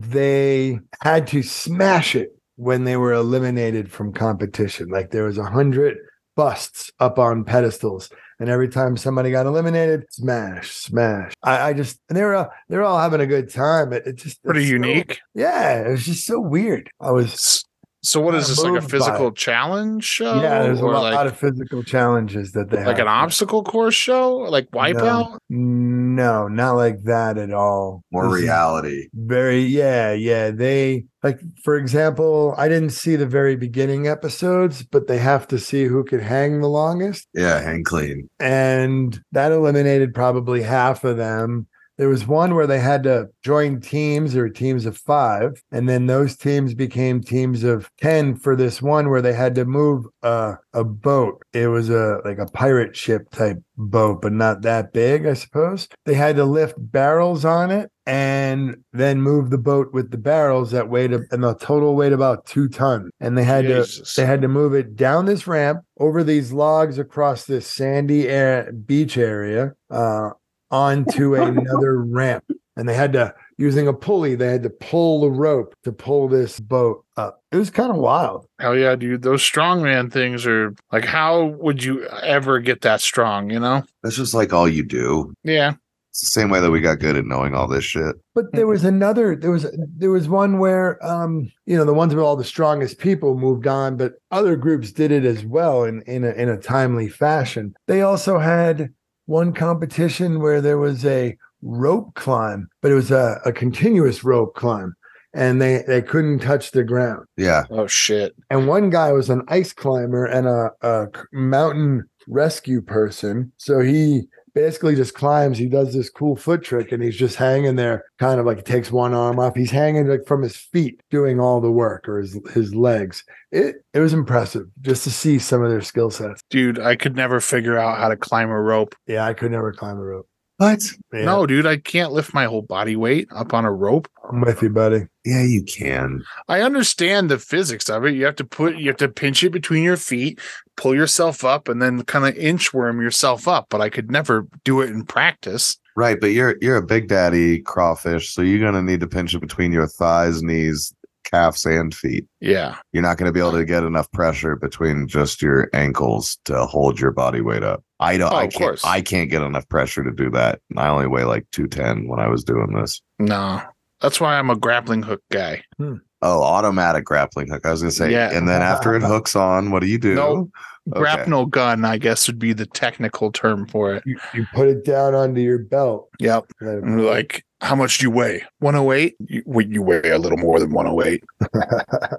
they had to smash it when they were eliminated from competition. Like there was a hundred busts up on pedestals, and every time somebody got eliminated, smash, smash. I, I just and they were all, they were all having a good time. It, it just
Pretty
it's so-
unique.
yeah, it was just so weird. I was
S- So what is
I'm
this like a
moved by
physical
it.
challenge show?
yeah, there's a
or
lot,
like,
of physical challenges that they have.
like an obstacle course show, like Wipeout.
No, not like that at all.
More
This is
reality.
Very, yeah, yeah. They like, for example, I didn't see the very beginning episodes, but they have to see who could hang the longest.
Yeah, hang clean.
And that eliminated probably half of them. There was one where they had to join teams There were teams of five. And then those teams became teams of 10 for this one where they had to move a, a boat. It was a like a pirate ship type boat, but not that big, I suppose. They had to lift barrels on it and then move the boat with the barrels that weighed a, and the total weighed about two tons. And they had to
Jesus.
they had to move it down this ramp, over these logs, across this sandy air, beach area, uh, onto another ramp. And they had to, using a pulley, they had to pull the rope to pull this boat up. It was kind of wild.
Hell yeah, dude. Those strongman things are like, how would you ever get that strong? You know?
That's just like all you do.
Yeah.
It's the same way that we got good at knowing all this shit.
But there was another, there was there was one where um, you know, the ones with all the strongest people moved on, but other groups did it as well in in a in a timely fashion. They also had one competition where there was a rope climb, but it was a, a continuous rope climb, and they they couldn't touch the ground.
Yeah.
Oh shit.
and one guy was an ice climber and a, a c- mountain rescue person. So he basically just climbs. He does this cool foot trick, and he's just hanging there, kind of like he takes one arm off. He's hanging like from his feet, doing all the work or his his legs. It it was impressive just to see some of their skill sets.
Dude, I could never figure out how to climb a rope.
Yeah, I could never climb a rope.
What?
Yeah,
No, dude, I can't lift my whole body weight up on a rope.
I'm with you, buddy.
Yeah, you can.
I understand the physics of it. You have to put you have to pinch it between your feet, pull yourself up, and then kind of inchworm yourself up, but I could never do it in practice.
Right, but you're you're a big daddy crawfish, so you're gonna need to pinch it between your thighs, knees, calves, and feet.
Yeah.
You're not gonna be able to get enough pressure between just your ankles to hold your body weight up. I don't
Oh,
I
of
can't
course.
I can't get enough pressure to do that. I only weigh like two ten when I was doing this.
No. That's why I'm a grappling hook guy.
Oh, automatic grappling hook. I was gonna say,
Yeah.
and then after it hooks on, what do you do?
No.
Okay.
Grapnel gun, I guess, would be the technical term for it.
You, you put it down onto your belt.
Yep.
Let it-
And they're like, how much do you weigh? 108? You, well, you weigh a little more than 108.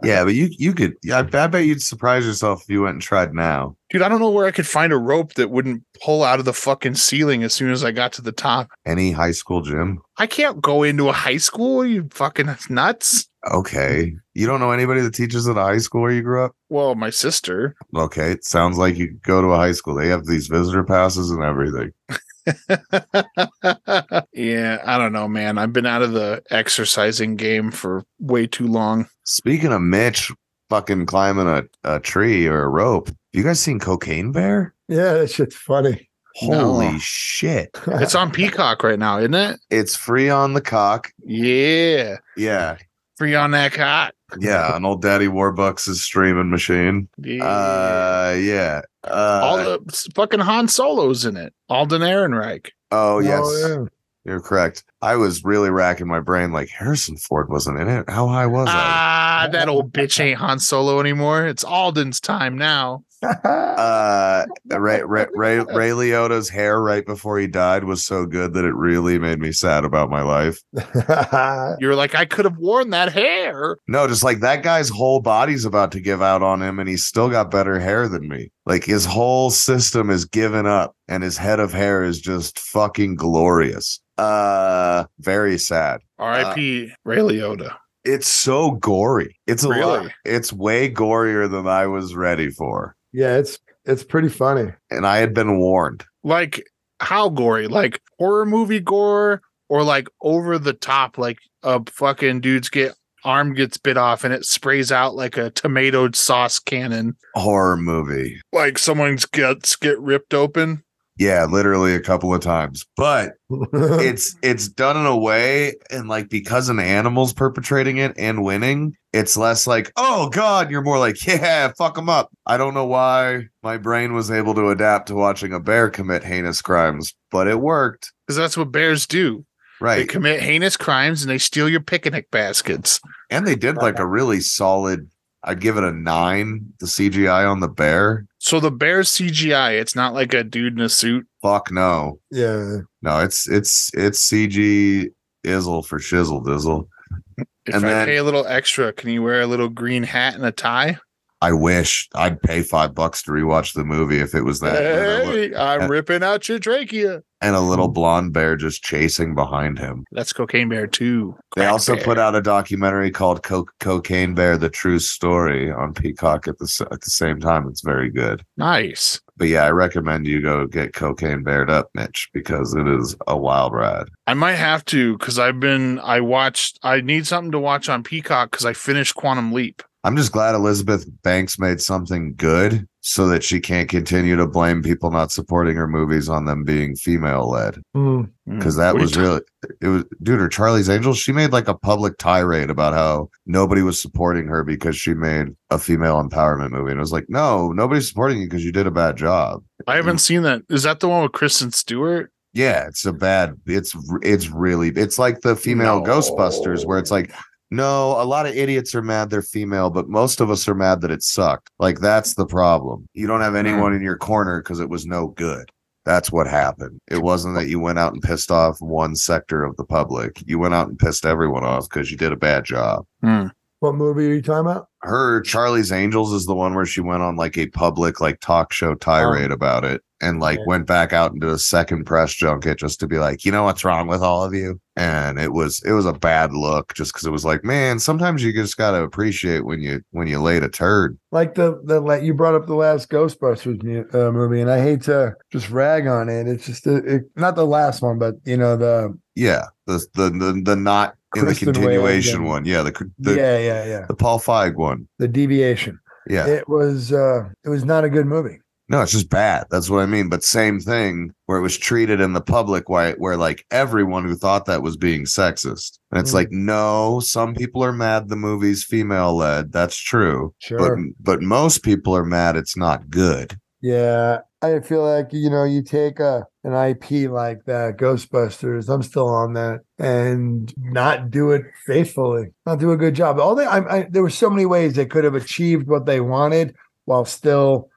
Yeah, but you you could. I, I bet you'd surprise yourself if you went and tried now.
Dude, I don't know where I could find a rope that wouldn't pull out of the fucking ceiling as soon as I got to the top.
Any high school gym.
I can't go into a high school. Are you fucking nuts?
Okay, you don't know anybody that teaches at a high school where you grew up.
Well, my sister.
Okay, it sounds like you could go to a high school. They have these visitor passes and everything.
yeah, I don't know, man. I've been out of the exercising game for way too long.
Speaking of Mitch fucking climbing a, a tree or a rope, you guys seen Cocaine Bear?
yeah, that shit's funny.
Holy
No.
shit.
It's on Peacock right now, isn't it?
It's free on the cock.
Yeah.
Yeah.
Free on that cock.
Yeah. An old daddy Warbucks' streaming machine.
Yeah.
Uh yeah. Uh
All the fucking Han Solo's in it. Alden Ehrenreich.
oh yes.
yeah.
You're correct. I was really racking my brain like Harrison Ford wasn't in it. How high was I?
Ah, that old bitch ain't Han Solo anymore. It's Alden's time now. Ah.
uh Ray, Ray, Ray, Ray Liotta's hair right before he died was so good that it really made me sad about my life.
You're like, I could have worn that hair.
No, just like that guy's whole body's about to give out on him and he's still got better hair than me. Like his whole system is given up and his head of hair is just fucking glorious. Uh very sad.
R.I.P.
Uh,
Ray Liotta.
It's so gory. It's a lot.
Really?
It's way gorier than I was ready for.
yeah, it's it's pretty funny.
And I had been warned.
Like how gory? Like horror movie gore, or like over the top? Like a fucking dude's get arm gets bit off and it sprays out like a tomatoed sauce cannon.
Horror movie.
Like someone's guts get ripped open.
Yeah, literally a couple of times. But it's it's done in a way and like because an animal's perpetrating it and winning it's less like oh god you're more like yeah fuck them up i don't know why my brain was able to adapt to watching a bear commit heinous crimes but it worked
Because that's what bears do. They
right
commit heinous crimes and they steal your picnic baskets.
and they did like a really solid I'd give it a nine. The CGI on the bear,
So the bear's CGI. It's not like a dude in a suit.
fuck no,
Yeah.
no. It's it's it's CG izzle for shizzle dizzle.
If
And
I
then-
pay a little extra, can you wear a little green hat and a tie?
I wish I'd pay five bucks to rewatch the movie if it was that.
Hey,
that-
I'm ripping out your trachea.
And a little blonde bear just chasing behind him.
That's Cocaine Bear too.
They
Crack
also
Bear.
put out a documentary called Co- "Cocaine Bear: The True Story" on Peacock at the s- at the same time. It's very good.
nice.
But yeah, I recommend you go get cocaine bared up, Mitch, because it is a wild ride.
I might have to because I've been. I watched. I need something to watch on Peacock because I finished Quantum Leap.
I'm just glad Elizabeth Banks made something good so that she can't continue to blame people not supporting her movies on them being female led.
Mm.
Because that
What are you
was
ta-
really, it was, dude, or Charlie's Angels, she made like a public tirade about how nobody was supporting her because she made a female empowerment movie. And it was like, no, nobody's supporting you because you did a bad job.
I haven't seen that. Is that the one with Kristen Stewart?
Yeah, it's a bad. It's r- it's really. It's like the female
No.
Ghostbusters, where it's like, no, a lot of idiots are mad they're female, but most of us are mad that it sucked. Like that's the problem. You don't have anyone in your corner because it was no good. That's what happened. It wasn't that you went out and pissed off one sector of the public. You went out and pissed everyone off because you did a bad job.
Hmm.
What movie are you talking about?
Her Charlie's Angels is the one where she went on like a public like talk show
Oh.
tirade about it and like went back out into a second press junket just to be like, you know what's wrong with all of you? And it was it was a bad look just because it was like, man, sometimes you just gotta appreciate when you when you laid a turd.
Like the the la- you brought up the last Ghostbusters mu- uh, movie, and I hate to just rag on it. It's just uh it, not the last one, but you know the
Yeah, the the the, the not in the
Kristen Wiig
continuation
and-
one. Yeah, the the,
yeah yeah yeah
the Paul Feig one.
the deviation.
Yeah.
It was uh it was not a good movie.
No, it's just bad. That's what I mean. But same thing where it was treated in the public way, where like everyone who thought that was being sexist. And it's
Mm.
like, no, some people are mad the movie's female led. That's true.
Sure.
But but most people are mad it's not good.
Yeah, I feel like you know you take a an IP like that, Ghostbusters. I'm still on that, and not do it faithfully, not do a good job. All they, I, I there were so many ways they could have achieved what they wanted while still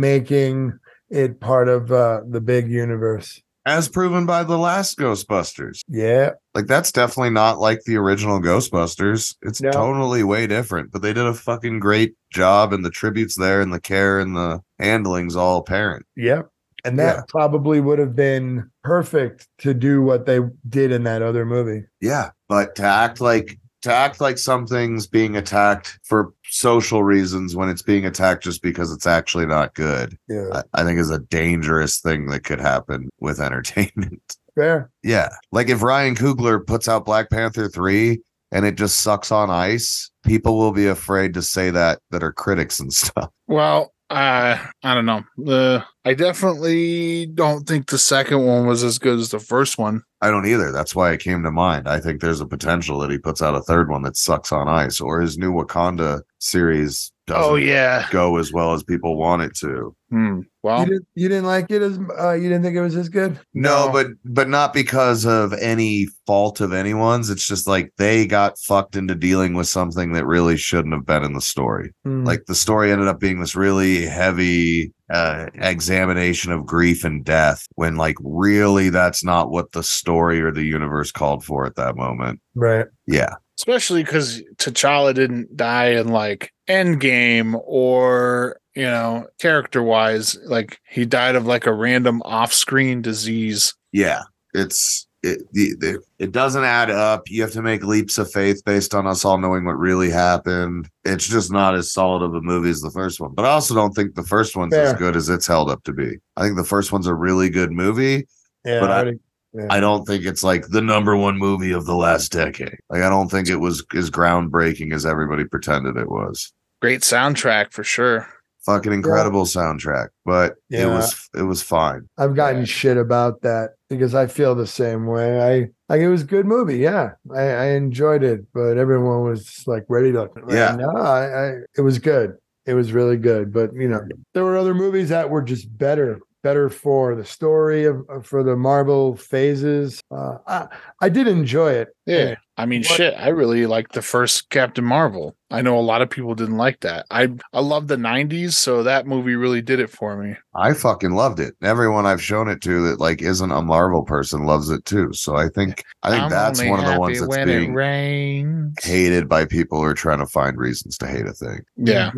making it part of uh, the big universe.
As proven by the last Ghostbusters.
Yeah,
Like that's definitely not like the original Ghostbusters. It's
No.
totally way different. But they did a fucking great job and the tributes there and the care and the handling's all apparent.
yep. And that
Yeah.
probably would have been perfect to do what they did in that other movie.
Yeah, but to act like to act like something's being attacked for social reasons when it's being attacked just because it's actually not good,
Yeah,
I, I think is a dangerous thing that could happen with entertainment.
fair.
yeah, like if Ryan Coogler puts out Black Panther three and it just sucks on ice, people will be afraid to say that that are critics and stuff.
Well, uh, I don't know. Uh, I definitely don't think the second one was as good as the first one.
I don't either. That's why it came to mind. I think there's a potential that he puts out a third one that sucks on ice, or his new Wakanda series doesn't
Oh yeah.
go as well as people want it to.
Hmm. Well,
You didn't, you didn't like it as uh, you didn't think it was as good.
No,
No.
but but not because of any fault of anyone's. It's just like they got fucked into dealing with something that really shouldn't have been in the story.
Mm.
Like the story ended up being this really heavy uh, examination of grief and death when like really that's not what the story or the universe called for at that moment.
right.
Yeah.
especially because T'Challa didn't die in like Endgame or you know character wise, like he died of like a random off screen disease.
yeah it's it, the, the, it doesn't add up you have to make leaps of faith based on us all knowing what really happened it's just not as solid of a movie as the first one but i also don't think the first one's as
Fair.
good as it's held up to be i think the first one's a really good movie
Yeah,
But
I
I-
would- yeah.
i don't think it's like the number one movie of the last decade like i don't think it was as groundbreaking as everybody pretended it was
Great soundtrack for sure.
fucking incredible soundtrack but it
Yeah.
was it was fine
I've gotten shit about that because I feel the same way. I like it was a good movie, yeah. I, I enjoyed it, but everyone was like ready to like,
Yeah.
No, I, I it was good. It was really good, but you know, there were other movies that were just better, better for the story of for the Marvel phases. Uh, I I did enjoy it.
Yeah. I mean, shit, I really liked the first Captain Marvel. I know a lot of people didn't like that. I I love the 90s, so that movie really did it for me.
I fucking loved it. Everyone I've shown it to that like isn't a Marvel person loves it too. So I think I think
I'm
that's
only
one of the
happy
ones that's
when it
being
rains.
hated by people who are trying to find reasons to hate a thing.
Yeah.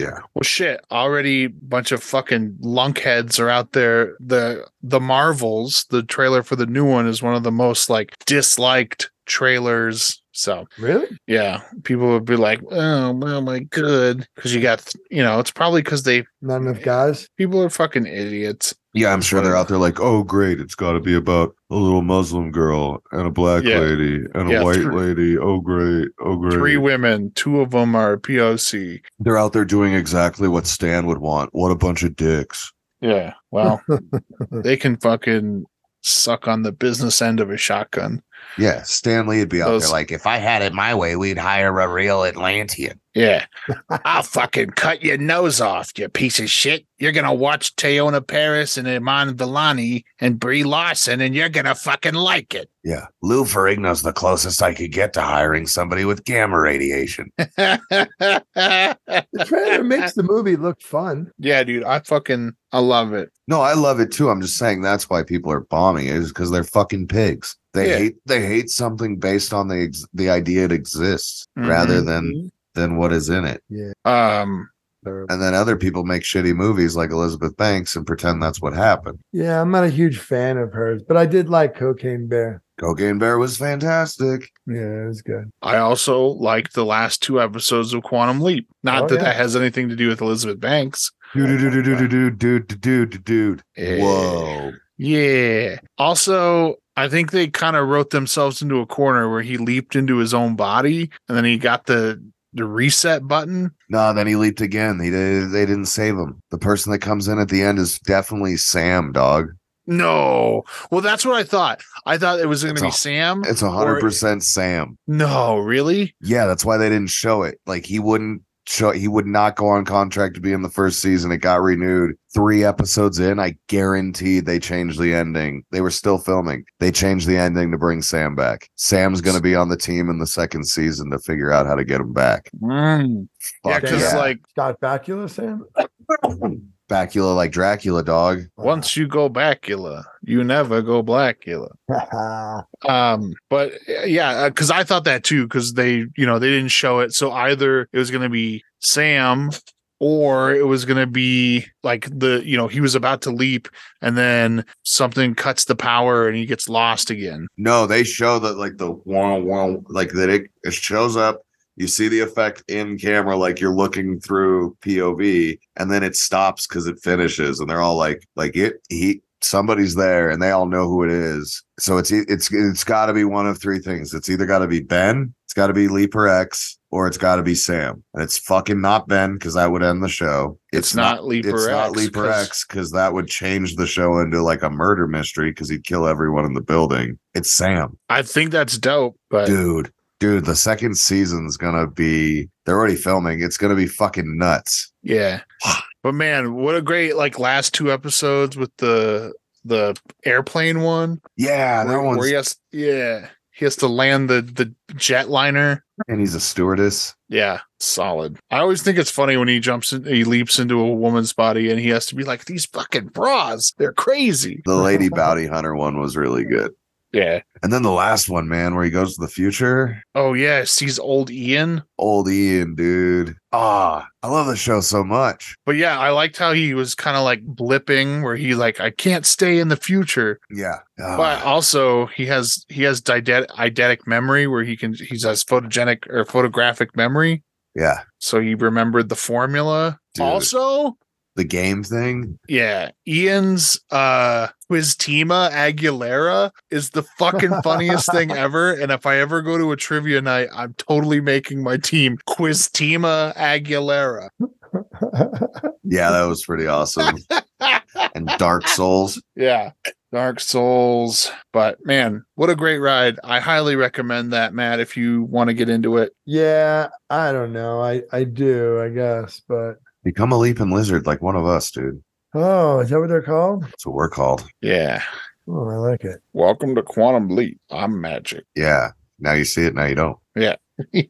Yeah.
Well, shit. Already, bunch of fucking lunkheads are out there. the The Marvels, the trailer for the new one, is one of the most like disliked trailers. So
Really?
yeah, people would be like, "Oh, well, my good," because you got you know, it's probably because they
Not enough guys.
people are fucking idiots.
Yeah, I'm sure they're out there like, oh great, it's got to be about a little Muslim girl and a black
Yeah.
lady and
Yeah,
a white
thr-
lady. Oh great, oh great.
Three women, two of them are POC.
they're out there doing exactly what Stan would want. What a bunch of dicks.
Yeah. Well, they can fucking suck on the business end of a shotgun.
Yeah, Stanley would be out
Those-
there like,
Like, if I had it my way, we'd hire a real Atlantean.
Yeah. I'll fucking cut your nose off, you piece of shit. You're gonna watch Tayona Paris and Iman Vellani and Brie Larson, and you're gonna fucking like it.
yeah,
Lou Ferrigno's the closest I could get to hiring somebody with gamma radiation.
The trailer makes the movie look fun.
yeah, dude, I fucking I love it.
no, I love it too. I'm just saying that's why people are bombing it is because they're fucking pigs. They
Yeah.
hate they hate something based on the ex- the idea it exists rather than than what is in it.
Um,
And then other people make shitty movies like Elizabeth Banks and pretend that's what happened.
Yeah, I'm not a huge fan of hers, but I did like Cocaine Bear.
Cocaine Bear was fantastic.
Yeah, it was good.
I also like the last two episodes of Quantum Leap. Not
Oh,
that
yeah.
that has anything to do with Elizabeth Banks.
Dude, dude, dude, dude, dude, dude, dude.
Eh,
Whoa.
Yeah. Also, I think they kind of wrote themselves into a corner where he leaped into his own body and then he got the the reset button.
No, then he leaped again. He did, they didn't save him. The person that comes in at the end is definitely Sam, dog.
No. Well, that's what I thought. I thought it was going
It's
to be
a-
Sam.
It's a hundred percent Sam.
No, really?
Yeah, that's why they didn't show it. Like he wouldn't show. He would not go on contract to be in the first season. It got renewed three episodes in. I guarantee they changed the ending. They were still filming. They changed the ending to bring Sam back. Sam's gonna be on the team in the second season to figure out how to get him back.
Mm. Yeah,
Fuck
because
yeah.
like
Scott Bakula, Sam?
Bacula like Dracula, dog.
once you go Bacula, you never go Blackula. um but uh, yeah because i thought that too because they you know they didn't show it so either it was going to be sam or it was going to be like the you know he was about to leap and then something cuts the power and he gets lost again
No, they show that like the one one like that it, it shows up. You see the effect in camera, like you're looking through POV, and then it stops because it finishes, and they're all like, like it he somebody's there, and they all know who it is. So it's e- it's it's got to be one of three things. It's either got to be Ben, it's got to be Leaper X, or it's got to be Sam, and it's fucking not Ben because that would end the show.
it's, not, leaper
it's
x
not Leaper
'cause-
X because that would change the show into like a murder mystery because he'd kill everyone in the building. It's Sam,
i think that's dope but
dude, dude. The second season's gonna be. They're already filming. It's gonna be fucking nuts.
yeah but man what a great like last two episodes with the the airplane one
Yeah, that
where, where
one's
he has yeah he has to land the the jetliner
and he's a stewardess.
Yeah, solid. I always think it's funny when he jumps in, he leaps into a woman's body and he has to be like, these fucking bras, they're crazy.
The Lady Bounty Hunter one was really good,
Yeah.
and then the last one, man, where he goes to the future.
Oh, yeah. Sees old Ian.
Old Ian, dude. Ah, I love the show so much.
But yeah, I liked how he was kind of like blipping where he like, I can't stay in the future.
Yeah, Ah.
But also he has, he has didactic, eidetic memory where he can, he has photogenic or photographic memory.
yeah,
So he remembered the formula.
Dude.
Also,
the game thing.
Yeah, Ian's uh Quiztima Aguilera is the fucking funniest thing ever. And if I ever go to a trivia night, I'm totally making my team Quiztima Aguilera.
Yeah, that was pretty awesome. and Dark Souls.
yeah, Dark Souls. But man, what a great ride! I highly recommend that, Matt. If you want to get into it,
yeah, I don't know. I, I do, I guess, but
Become a leaping lizard like one of us, dude.
oh, is that what they're called?
That's what we're called.
yeah.
Oh, I like it.
Welcome to Quantum Leap. I'm magic.
Yeah. Now you see it. Now you don't.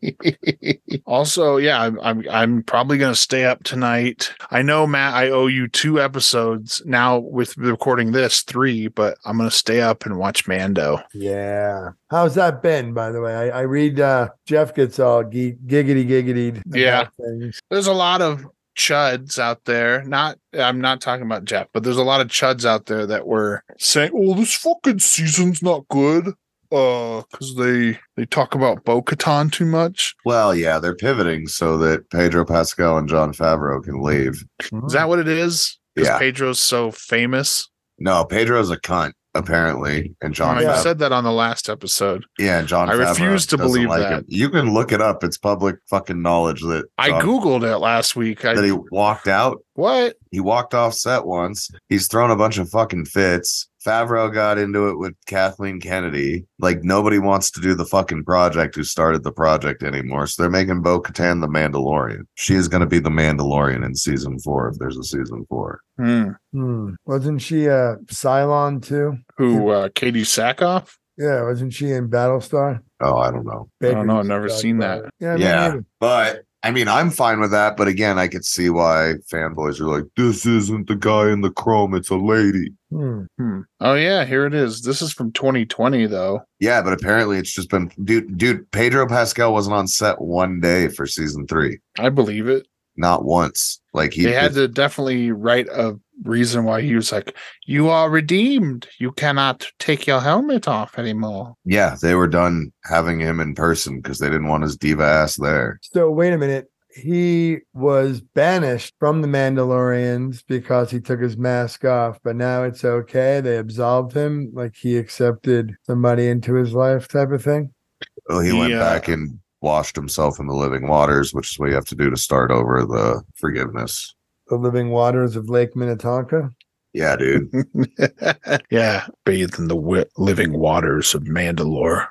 also, yeah, I'm, I'm I'm probably gonna stay up tonight. I know, Matt, I owe you two episodes now with recording this three, but I'm gonna stay up and watch Mando.
Yeah. How's that been, by the way? I, I read uh, Jeff gets all ge- giggity giggity.
Yeah.
Things.
There's a lot of chuds out there. Not I'm not talking about Jeff, but there's a lot of chuds out there that were saying, "Oh, this fucking season's not good." Uh, because they they talk about Bo Katan too much.
Well, yeah, they're pivoting so that Pedro Pascal and John Favreau can leave.
Is that what it is? Because
Yeah.
Pedro's so famous.
No, Pedro's a cunt apparently, and John.
I
Favreau,
said that on the last episode.
yeah, John.
I
Favreau
refuse to
doesn't
believe
like
that.
him. You can look it up. It's public fucking knowledge that
I
John-
googled it last week. I
that he walked out
what?
He walked off set once. He's thrown a bunch of fucking fits. Favreau got into it with Kathleen Kennedy. Like nobody wants to do the fucking project who started the project anymore. So they're making Bo Katan the Mandalorian. She is going to be the Mandalorian in season four if there's a season four.
Hmm.
Hmm. Wasn't she a Cylon too?
Who? Uh, Katie Sackhoff?
Yeah. Wasn't she in Battlestar?
Oh, I don't know.
I don't know, I've
used to
never
talk
seen
about
that.
it. Yeah. me
Yeah.
neither.
But I mean, I'm fine with that. But again, I could see why fanboys are like, this isn't the guy in the chrome. It's a lady.
Hmm.
Hmm. Oh yeah, here it is. This is from 2020 though.
Yeah, but apparently it's just been dude. Dude, Pedro Pascal wasn't on set one day for season three.
I believe it.
not once. Like he
They had to definitely write a reason why he was like, "You are redeemed. You cannot take your helmet off anymore."
yeah, they were done having him in person because they didn't want his diva ass there.
So wait a minute. He was banished from the Mandalorians because he took his mask off, but now it's okay. They absolved him, like he accepted somebody into his life, type of thing.
Oh, he went
Yeah.
back and washed himself in the living waters, which is what you have to do to start over the forgiveness.
The living waters of Lake Minnetonka.
Yeah, dude.
yeah, bathe in the wi- living waters of Mandalore.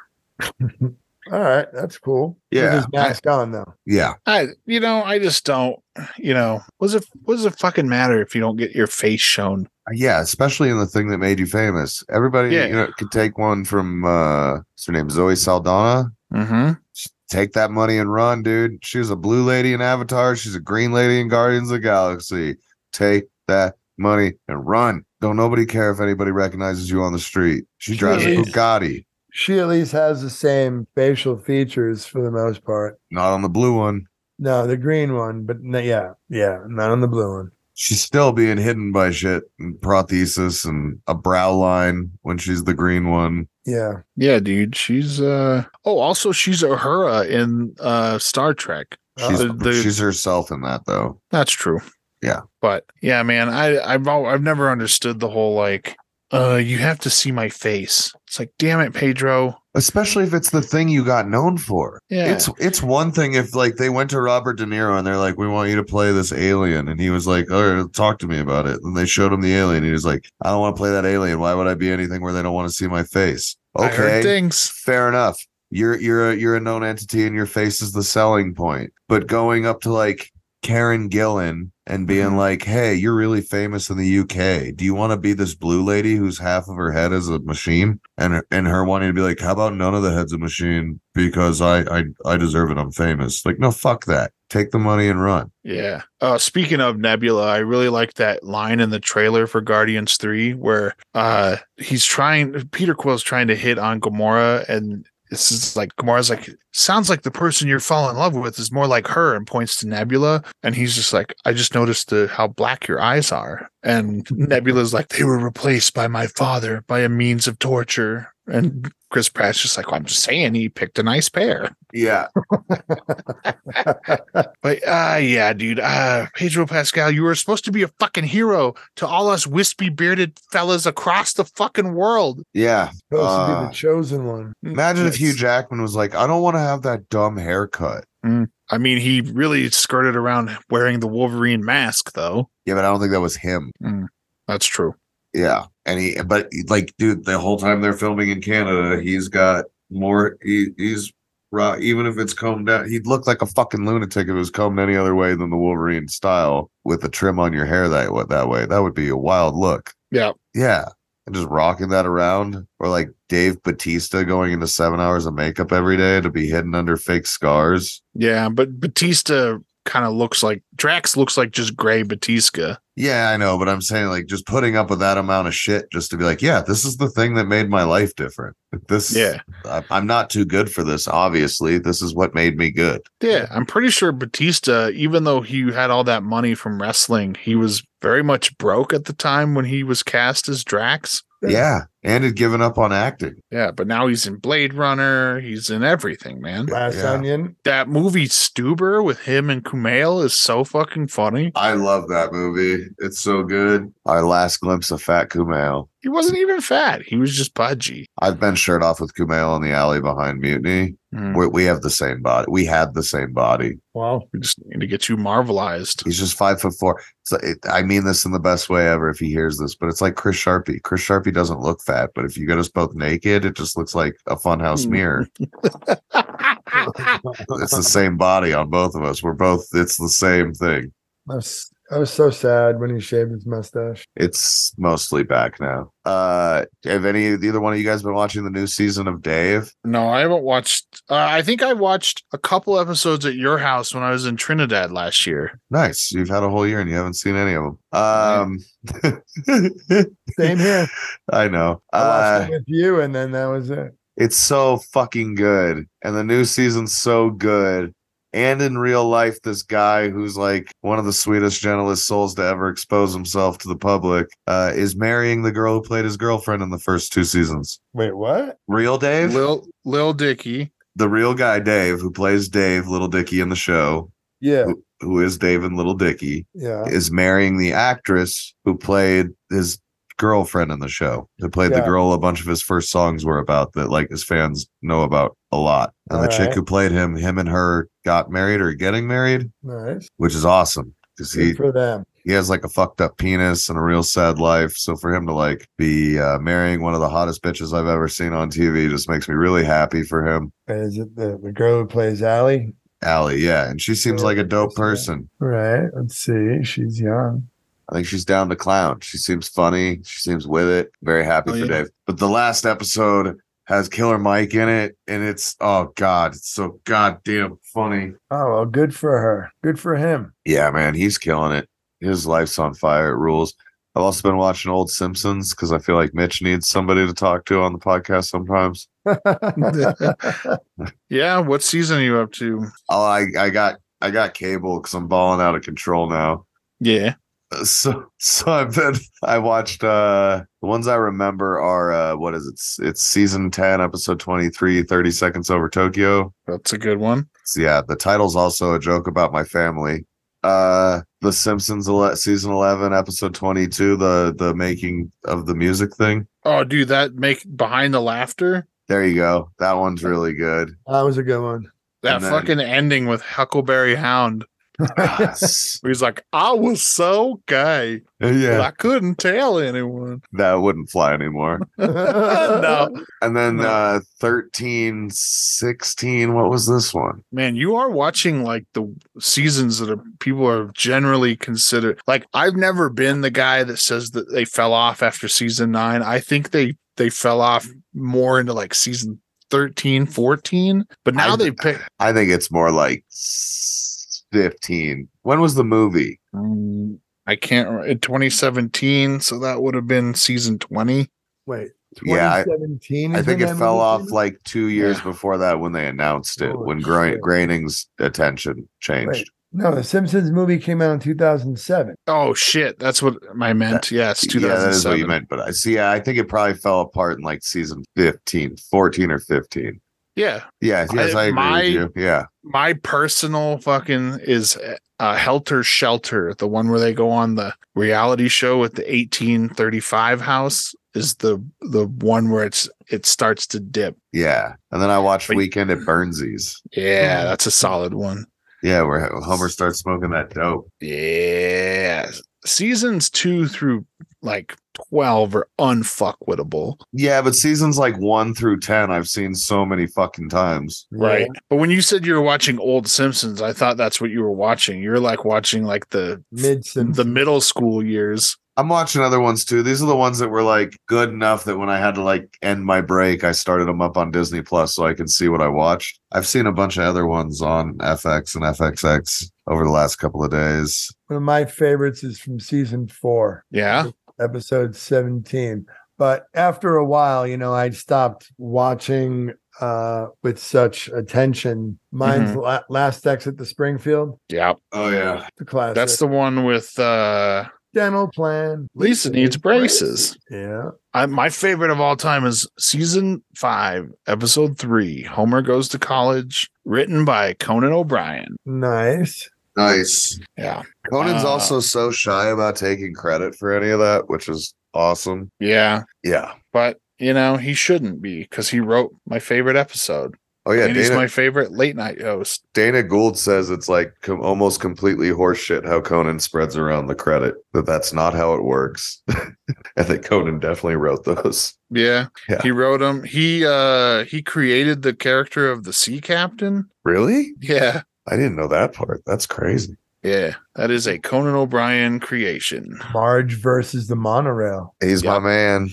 All right, that's cool. With
Yeah,
his mask on though.
Yeah.
I, you know, I just don't. You know, what does it what does it fucking matter if you don't get your face shown?
Yeah, especially in the thing that made you famous. Everybody
Yeah.
you know, could take one from uh what's her name? Zoe Saldana.
Mm-hmm.
Just Take that money and run, dude. She was a blue lady in Avatar. She's a green lady in Guardians of the Galaxy. Take that money and run. Don't nobody care if anybody recognizes you on the street. She drives a
Yeah.
Bugatti,
She at least has the same facial features for the most part.
not on the blue one.
No, the green one, but no, yeah, yeah, not on the blue one.
She's still being hidden by shit and prothesis and a brow line when she's the green one.
Yeah,
Yeah, dude. She's uh oh, also she's Uhura in uh Star Trek.
She's,
The- the-
she's herself in that though.
That's true.
Yeah.
But yeah, man, I I've al- I've never understood the whole like uh you have to see my face. It's like, damn it, Pedro.
Especially if it's the thing you got known for.
Yeah.
It's it's one thing if like they went to Robert De Niro and they're like, "We want you to play this alien," and he was like, "All right, talk to me about it." And they showed him the alien. And he was like, "I don't want to play that alien. Why would I be anything where they don't want to see my face?"
I heard
Okay,
things.
fair enough. You're you're a, you're a known entity, and your face is the selling point. But going up to like Karen Gillan and being like, "Hey, you're really famous in the UK. Do you want to be this blue lady who's half of her head is a machine?" And and her wanting to be like, "How about none of the head's a machine because I I I deserve it. I'm famous." Like, no, fuck that. Take the money and run.
Yeah. Uh speaking of Nebula, I really like that line in the trailer for Guardians 3 where uh he's trying Peter Quill's trying to hit on Gamora and this is like Gamora's like sounds like the person you're falling in love with is more like her and points to Nebula and he's just like I just noticed the how black your eyes are and Nebula's like they were replaced by my father by a means of torture and Chris Pratt's just like well, I'm just saying he picked a nice pair.
Yeah,
But uh yeah, dude. Uh Pedro Pascal, you were supposed to be a fucking hero to all us wispy bearded fellas across the fucking world.
yeah.
supposed to be
Uh,
the chosen one.
Imagine if
Mm, Yes.
Hugh Jackman was like, "I don't want to have that dumb haircut."
I mean, he really skirted around wearing the Wolverine mask, though.
Yeah, but I don't think that was him.
That's true.
Yeah. And he, but like, dude, the whole time they're filming in Canada, he's got more, he, he's raw, even if it's combed down, he'd look like a fucking lunatic if it was combed any other way than the Wolverine style with the trim on your hair that, wa- that way. That would be a wild look.
Yeah.
Yeah. and just rocking that around, or like Dave Batista going into seven hours of makeup every day to be hidden under fake scars.
Yeah, but Batista kind of looks like Drax looks like just gray Batista.
Yeah, I know, but I'm saying like just putting up with that amount of shit just to be like, yeah, this is the thing that made my life different. This,
Yeah.
I- I'm not too good for this. Obviously, this is what made me good.
Yeah, I'm pretty sure Batista, even though he had all that money from wrestling, he was very much broke at the time when he was cast as Drax.
Yeah.
Yeah, and had given up on acting.
Yeah, but now he's in Blade Runner. He's in everything, man.
Last
Yeah.
onion.
That movie Stuber with him and Kumail is so fucking funny.
I love that movie. It's so good. Our last glimpse of Fat Kumail.
He wasn't even fat. He was just pudgy.
I've been shirt off with Kumail in the alley behind Mutiny.
Mm,
We, we have the same body. We had the same body.
Wow.
we just need to get you marvelized.
He's just five foot four. So it, I mean this in the best way ever. If he hears this, but it's like Chris Sharpie. Chris Sharpie doesn't look fat, but if you get us both naked, it just looks like a funhouse
Hmm.
mirror. It's the same body on both of us. We're both. It's the same thing.
I was, I was so sad when he shaved his mustache.
It's mostly back now. Uh, have any either one of you guys been watching the new season of Dave?
no, I haven't watched. Uh, I think I watched a couple episodes at your house when I was in Trinidad last year.
Nice. You've had a whole year and you haven't seen any of them. Um,
Same here.
I know.
I
Uh,
watched it with you, and then that was it.
it's so fucking good. And the new season's so good. And in real life, this guy who's like one of the sweetest, gentlest souls to ever expose himself to the public uh, is marrying the girl who played his girlfriend in the first two seasons.
Wait, what?
Real Dave?
Lil Lil Dicky.
the real guy, Dave, who plays Dave, Little Dicky in the show,
Yeah,
who is Dave and Little Dicky,
yeah.
is marrying the actress who played his girlfriend in the show. Who played the
Yeah.
girl a bunch of his first songs were about that like his fans know about a lot. And the chick
Alright.
who played him, him and her got married or getting married,
Nice.
which is awesome. Because he,
Good for them.
he has like a fucked up penis and a real sad life. So for him to like be uh, marrying one of the hottest bitches I've ever seen on TV just makes me really happy for him.
Is it the, the girl who plays Allie?
Allie, yeah. And she seems
Yeah,
like a dope
yeah.
person.
Right. Let's see. She's young.
I think she's down to clown. She seems funny. She seems with it. Very happy
Oh,
for
yeah.
Dave. But the last episode has Killer Mike in it, and it's oh god, it's so goddamn funny.
Oh well, good for her. Good for him.
Yeah, man, he's killing it. His life's on fire. It rules. I've also been watching old Simpsons because I feel like Mitch needs somebody to talk to on the podcast sometimes.
Yeah, what season are you up to?
Oh, I, I got I got cable because I'm balling out of control now.
Yeah.
so so i've been i watched uh the ones i remember are uh what is it it's, it's season 10 episode 23 30 seconds over tokyo
That's a good one.
It's- yeah the title's also a joke about my family uh the simpsons ele- season 11 episode 22 the the making of the music thing
Oh, dude, that make behind the laughter.
there you go that one's really good
that was a good one.
That
And then-
fucking ending with Huckleberry Hound.
Ah, s-
Where he's like, I was so gay, but
yeah
I couldn't tell anyone. Uh,
that wouldn't fly anymore
no.
and then
No.
uh 13 16 what was this one
Man, you are watching like the seasons that are people are generally considered. Like, I've never been the guy that says that they fell off after season nine. I think they they fell off more into like season 13, 14. But now
I-
they pick
I think it's more like s- 15. When was the movie?
Um, I can't. re- In 2017, so that would have been season 20.
Wait.
Yeah, I-
2017
I
is
think
when
it
that
fell
movie
off
came out?
like two years
Yeah.
before that when they announced it,
Oh,
when Gr-
shit.
Groening's attention changed.
No, the Simpsons movie came out in 2007.
Oh shit, that's what I meant. yes,
yeah, that is
2007.
what you meant. But I see, yeah, I think it probably fell apart in like season 15, 14 or 15.
Yeah,
Yeah, yes, I,
I-
agree
my-
with you. Yeah.
my personal fucking is uh, Helter Shelter, the one where they go on the reality show with the 1835 house is the the one where it's it starts to dip.
Yeah. And then I watched
But-
Weekend at Burnsies.
Yeah, that's a solid one.
Yeah, where Homer starts smoking that dope.
Yeah, seasons two through like 12 are unfuckwittable.
Yeah, but seasons like one through 10, I've seen so many fucking times.
Right. But when you said you were watching old Simpsons, I thought that's what you were watching. You're like watching like the
Mid
the middle school years.
I'm watching other ones too. These are the ones that were like good enough that when I had to like end my break, I started them up on Disney Plus so I can see what I watched. I've seen a bunch of other ones on FX and FXX over the last couple of days.
One of my favorites is from season four.
Yeah.
episode 17 but after a while you know i stopped watching uh with such attention mine's La- last exit to springfield
Mm-hmm. Yeah.
Oh yeah.
the classic
That's the one with uh
dental plan
Lisa needs braces.
yeah
I, my favorite of all time is season five, episode three, Homer Goes to College, written by Conan O'Brien.
nice
Nice.
Yeah.
Conan's
Uh,
also so shy about taking credit for any of that, which is awesome.
Yeah.
Yeah.
But, you know, he shouldn't be because he wrote my favorite episode.
Oh yeah,
and he's
Dana,
my favorite late night host.
Dana Gould says it's like com- almost completely horseshit how Conan spreads around the credit. That that's not how it works. and that Conan definitely wrote those.
Yeah.
Yeah.
He wrote him. He uh he created the character of the sea captain.
Really?
Yeah.
I didn't know that part. That's crazy.
Yeah. That is a Conan O'Brien creation.
marge versus the monorail
He's
Yeah.
my man.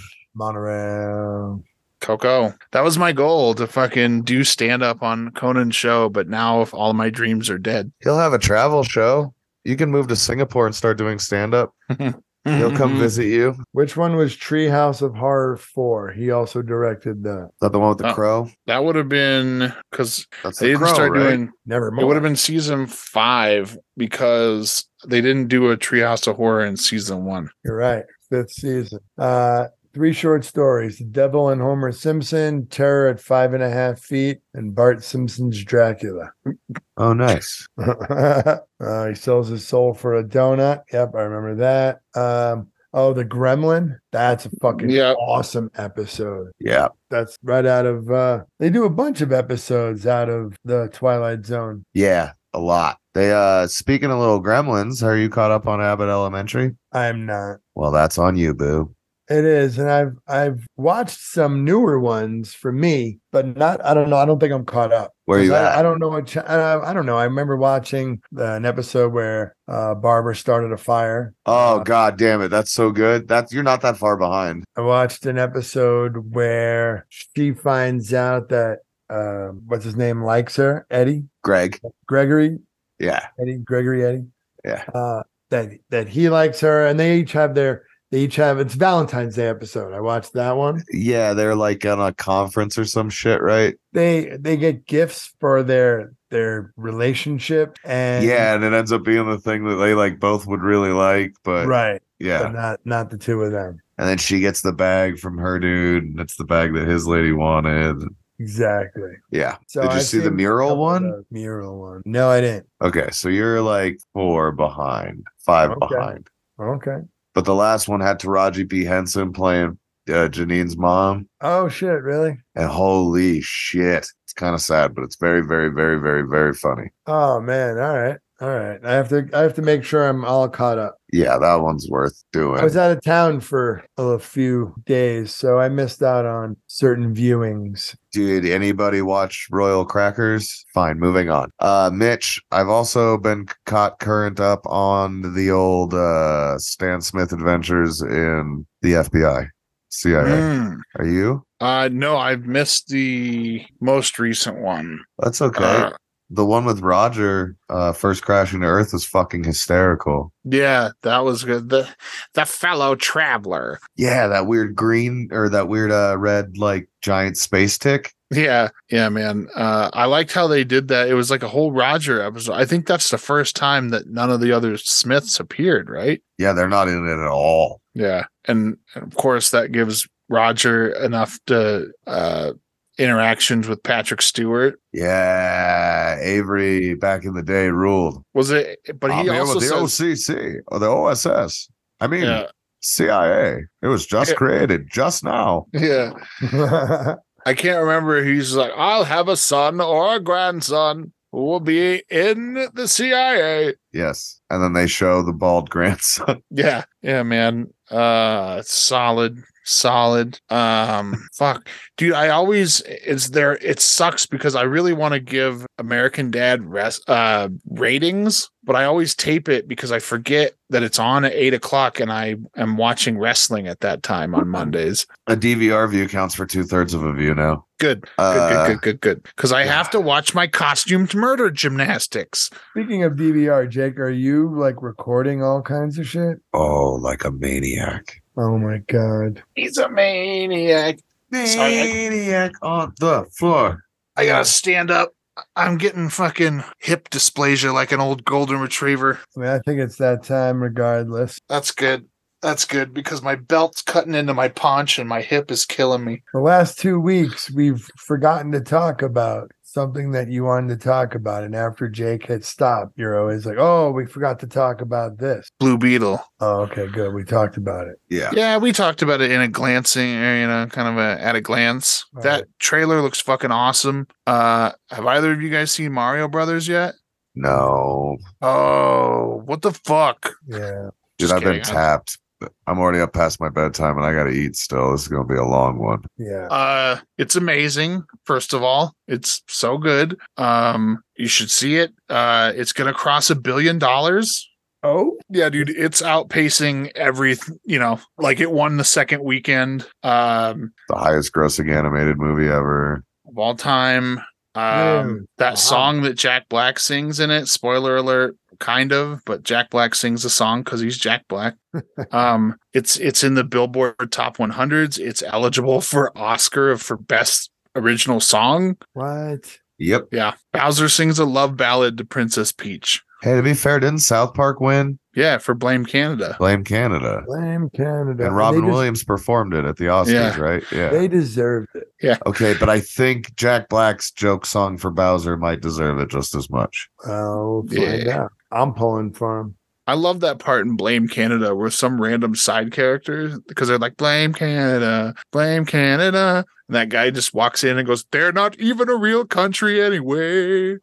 monorail
Coco. That was my goal to fucking do stand up on Conan's show, but now if all my dreams are dead.
He'll have a travel show. You can move to Singapore and start doing stand up. He'll
Mm-hmm.
come visit you. Is
which one was treehouse of horror 4 he also directed that
that the one with the
Oh.
crow?
That would have been because
That's
they
the
didn't
crow,
start
right?
doing
nevermore
it would have been season five because they didn't do a treehouse of horror in season one.
You're right. Fifth season. Uh, three short stories The Devil and Homer Simpson, Terror at Five and a Half Feet, and Bart Simpson's Dracula.
Oh, nice.
uh, he sells his soul for a donut. Yep, I remember that. Um, oh, The Gremlin. That's a fucking
Yeah.
awesome episode.
Yeah.
That's right out of, uh, they do a bunch of episodes out of the Twilight Zone.
Yeah. A lot. They, uh, speaking of little gremlins, are you caught up on Abbott Elementary?
I'm not.
Well, that's on you, boo.
It is, and I've I've watched some newer ones for me, but not. I don't know. I don't think I'm caught up.
Where you
'Cause I,
at?
I don't know what. cha- I, I don't know. I remember watching uh, an episode where uh, Barbara started a fire.
Oh,
Uh,
God damn it. That's so good. That's, you're not that far behind.
I watched an episode where she finds out that uh, what's his name likes her, Eddie
Greg.
Gregory,
Yeah.
Eddie Gregory Eddie.
Yeah.
Uh, that that he likes her, and they each have their. They each have. It's Valentine's Day episode. I watched that one.
Yeah. They're like on a conference or some shit, right?
they they get gifts for their their relationship and
yeah. And it ends up being the thing that they like both would really like, but
right
yeah.
but not not the two of them
And then she gets the bag from her dude, and it's the bag that his lady wanted.
exactly
Yeah.
so
Did you
I've
see the
seen a
mural
couple of
one?
those. mural one no i didn't
Okay, so you're like four behind, five
Okay.
behind.
okay
But the last one had Taraji P. Henson playing uh, Janine's mom,
oh shit really
and holy shit, it's kind of sad, but it's very, very, very, very, very funny.
oh man all right all right i have to i have to make sure i'm all caught up
Yeah, that one's worth
i
doing.
was out of town for a few days so i missed out on certain viewings
Did anybody watch Royal Crackers? Fine, moving on. Uh, Mitch, I've also been c- caught current up on the old uh, Stan Smith adventures in the FBI, CIA.
Mm.
Are you?
Uh no, I've missed the most recent one.
That's okay.
Uh,
the one with Roger uh, first crashing to Earth was fucking hysterical.
yeah, that was good. The the fellow traveler.
Yeah, that weird green or that weird uh, red like giant space tick.
Yeah, yeah, man. Uh, I liked how they did that. It was like a whole Roger episode. I think that's the first time that none of the other Smiths appeared, right?
Yeah, they're not in it at all.
Yeah, and and of course that gives Roger enough to uh, interactions with Patrick Stewart.
Yeah, Avery back in the day ruled.
Was it? But
I'm
he
here
also
with the
says,
OCC or the OSS. I mean
yeah,
CIA. It was just
Yeah.
created just now.
yeah. I can't remember. He's like, I'll have a son or a grandson who will be in the CIA.
Yes, and then they show the bald grandson.
Yeah, Yeah, man. Uh solid, solid. Um fuck. Dude, I always it's there it sucks because I really want to give American Dad rest uh ratings, but I always tape it because I forget that it's on at eight o'clock and I am watching wrestling at that time on Mondays.
A DVR view counts for two thirds of a view now.
Good, good, good,
Uh,
good, good, good. Because I have to watch my costumed murder gymnastics.
Speaking of DVR, Jake, are you like recording all kinds of shit?
Oh, like a maniac.
Oh my god.
He's a maniac.
Uh,
Sorry, I-
Maniac on the floor.
I gotta stand up. I'm getting fucking hip dysplasia like an old golden retriever.
I mean, I think it's that time regardless.
That's good. That's good because my belt's cutting into my paunch and my hip is killing me.
The last two weeks we've forgotten to talk about something that you wanted to talk about. And after Jake hit stop, you're always like, Oh, we forgot to talk about this.
Blue Beetle.
Oh, okay, good. We talked about it.
Yeah.
Yeah, we talked about it in a glancing, or, you know, kind of a, at a glance.
Right.
That trailer looks fucking awesome. Uh, have either of you guys seen Mario Brothers yet?
No,
Oh, what the fuck?
Yeah.
dude,
Just
I've been
kidding.
tapped. I'm already up past my bedtime and I got to eat still. This is going to be a long one.
Yeah.
Uh, it's amazing. First of all, it's so good. Um, you should see it. Uh, it's gonna cross a billion dollars.
Oh,
Yeah, dude, it's outpacing every, you know, like it won the second weekend um
The highest grossing animated movie ever.
of all time. Um
Dude,
that
wow.
song that Jack Black sings in it, spoiler alert, kind of, but Jack Black sings the song cuz he's Jack Black. um it's it's in the Billboard Top 100s. It's eligible for Oscar for best original song.
what?
Yep.
Yeah. Bowser sings a love ballad to Princess Peach.
Hey, to be fair, didn't South Park win?
Yeah, for Blame Canada.
Blame Canada.
Blame Canada.
And
they
Robin
des-
Williams performed it at the Oscars,
Yeah.
right? Yeah.
They deserved it.
Okay, but I think Jack Black's joke song for Bowser might deserve it just as much.
I'll find
Yeah.
out. I'm pulling for him.
I love that part in Blame Canada where some random side character because they're like Blame Canada, Blame Canada, and that guy just walks in and goes, "They're not even a real country anyway."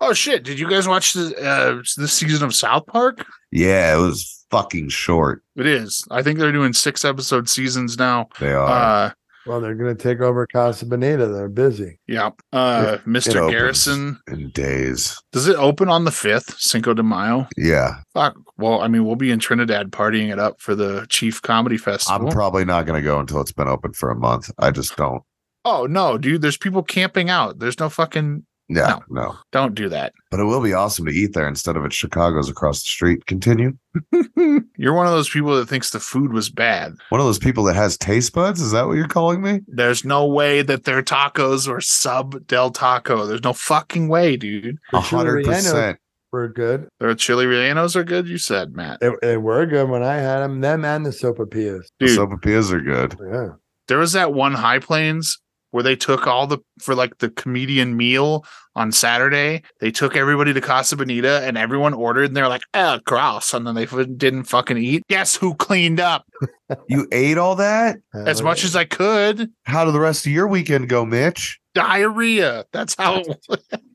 oh shit! Did you guys watch the uh, this season of South Park?
Yeah, it was fucking short.
It is. I think they're doing six episode seasons now.
They are.
Uh,
Well, they're going to take over Casa Bonita. They're busy.
yeah. Uh,
it
Mr.
opens
Garrison.
in days.
Does it open on the fifth Cinco de Mayo?
Yeah.
Fuck. Well, I mean, we'll be in Trinidad partying it up for the Chief Comedy
I'm
Festival.
probably not going to go until it's been open for a month. I just don't.
Oh no, dude, there's people camping out. There's no fucking
Yeah, no.
don't do that.
But it will be awesome to eat there instead of at Chicago's across the street. Continue.
You're one of those people that thinks the food was bad.
One of those people that has taste buds. Is that what you're calling me?
There's no way that their tacos were sub del taco. There's no fucking way, dude.
A
For sure,
hundred
Rihanna-
percent.
We're good.
Their chili rellenos are good, you said, Matt.
They, they were good when I had them. Them and the sopapillas.
Dude,
Sopapillas are good.
Yeah.
there was that one high plains where they took all the for like the comedian meal on Saturday. They took everybody to Casa Bonita and everyone ordered and they're like, oh gross. And then they f- didn't fucking eat. Guess who cleaned up?
You ate all that?
Uh, Oh,
As much as I could.
How did the rest of your weekend go, Mitch?
Diarrhea. That's how it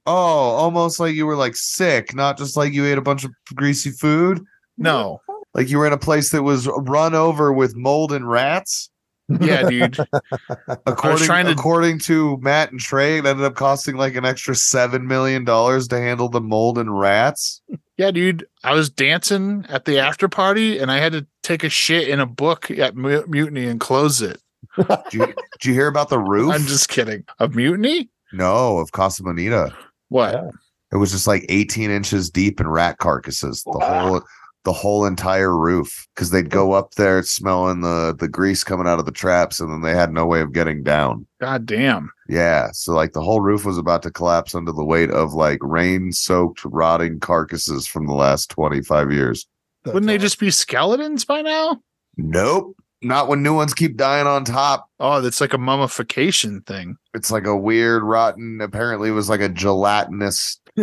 Oh, almost like you were like sick, not just like you ate a bunch of greasy food.
No.
Like you were in a place that was run over with mold and rats.
Yeah, dude.
According,
trying to-
according to Matt and Trey, it ended up costing like an extra seven million dollars to handle the mold and rats.
Yeah, dude. I was dancing at the after party and I had to take a shit in a book at Mu- Mutiny and close it.
Did you, did you hear about the roof?
I'm just kidding. Of Mutiny?
No, of Casa Bonita.
What?
It was just like 18 inches deep in rat carcasses. The whole the whole entire roof. Because they'd go up there smelling the the grease coming out of the traps, and then they had no way of getting down.
God damn.
Yeah. So like the whole roof was about to collapse under the weight of like rain soaked rotting carcasses from the last 25 years.
Wouldn't they just be skeletons by now?
Nope. Not when new ones keep dying on top.
Oh, that's like a mummification thing.
It's like a weird, rotten. Apparently, it was like a gelatinous.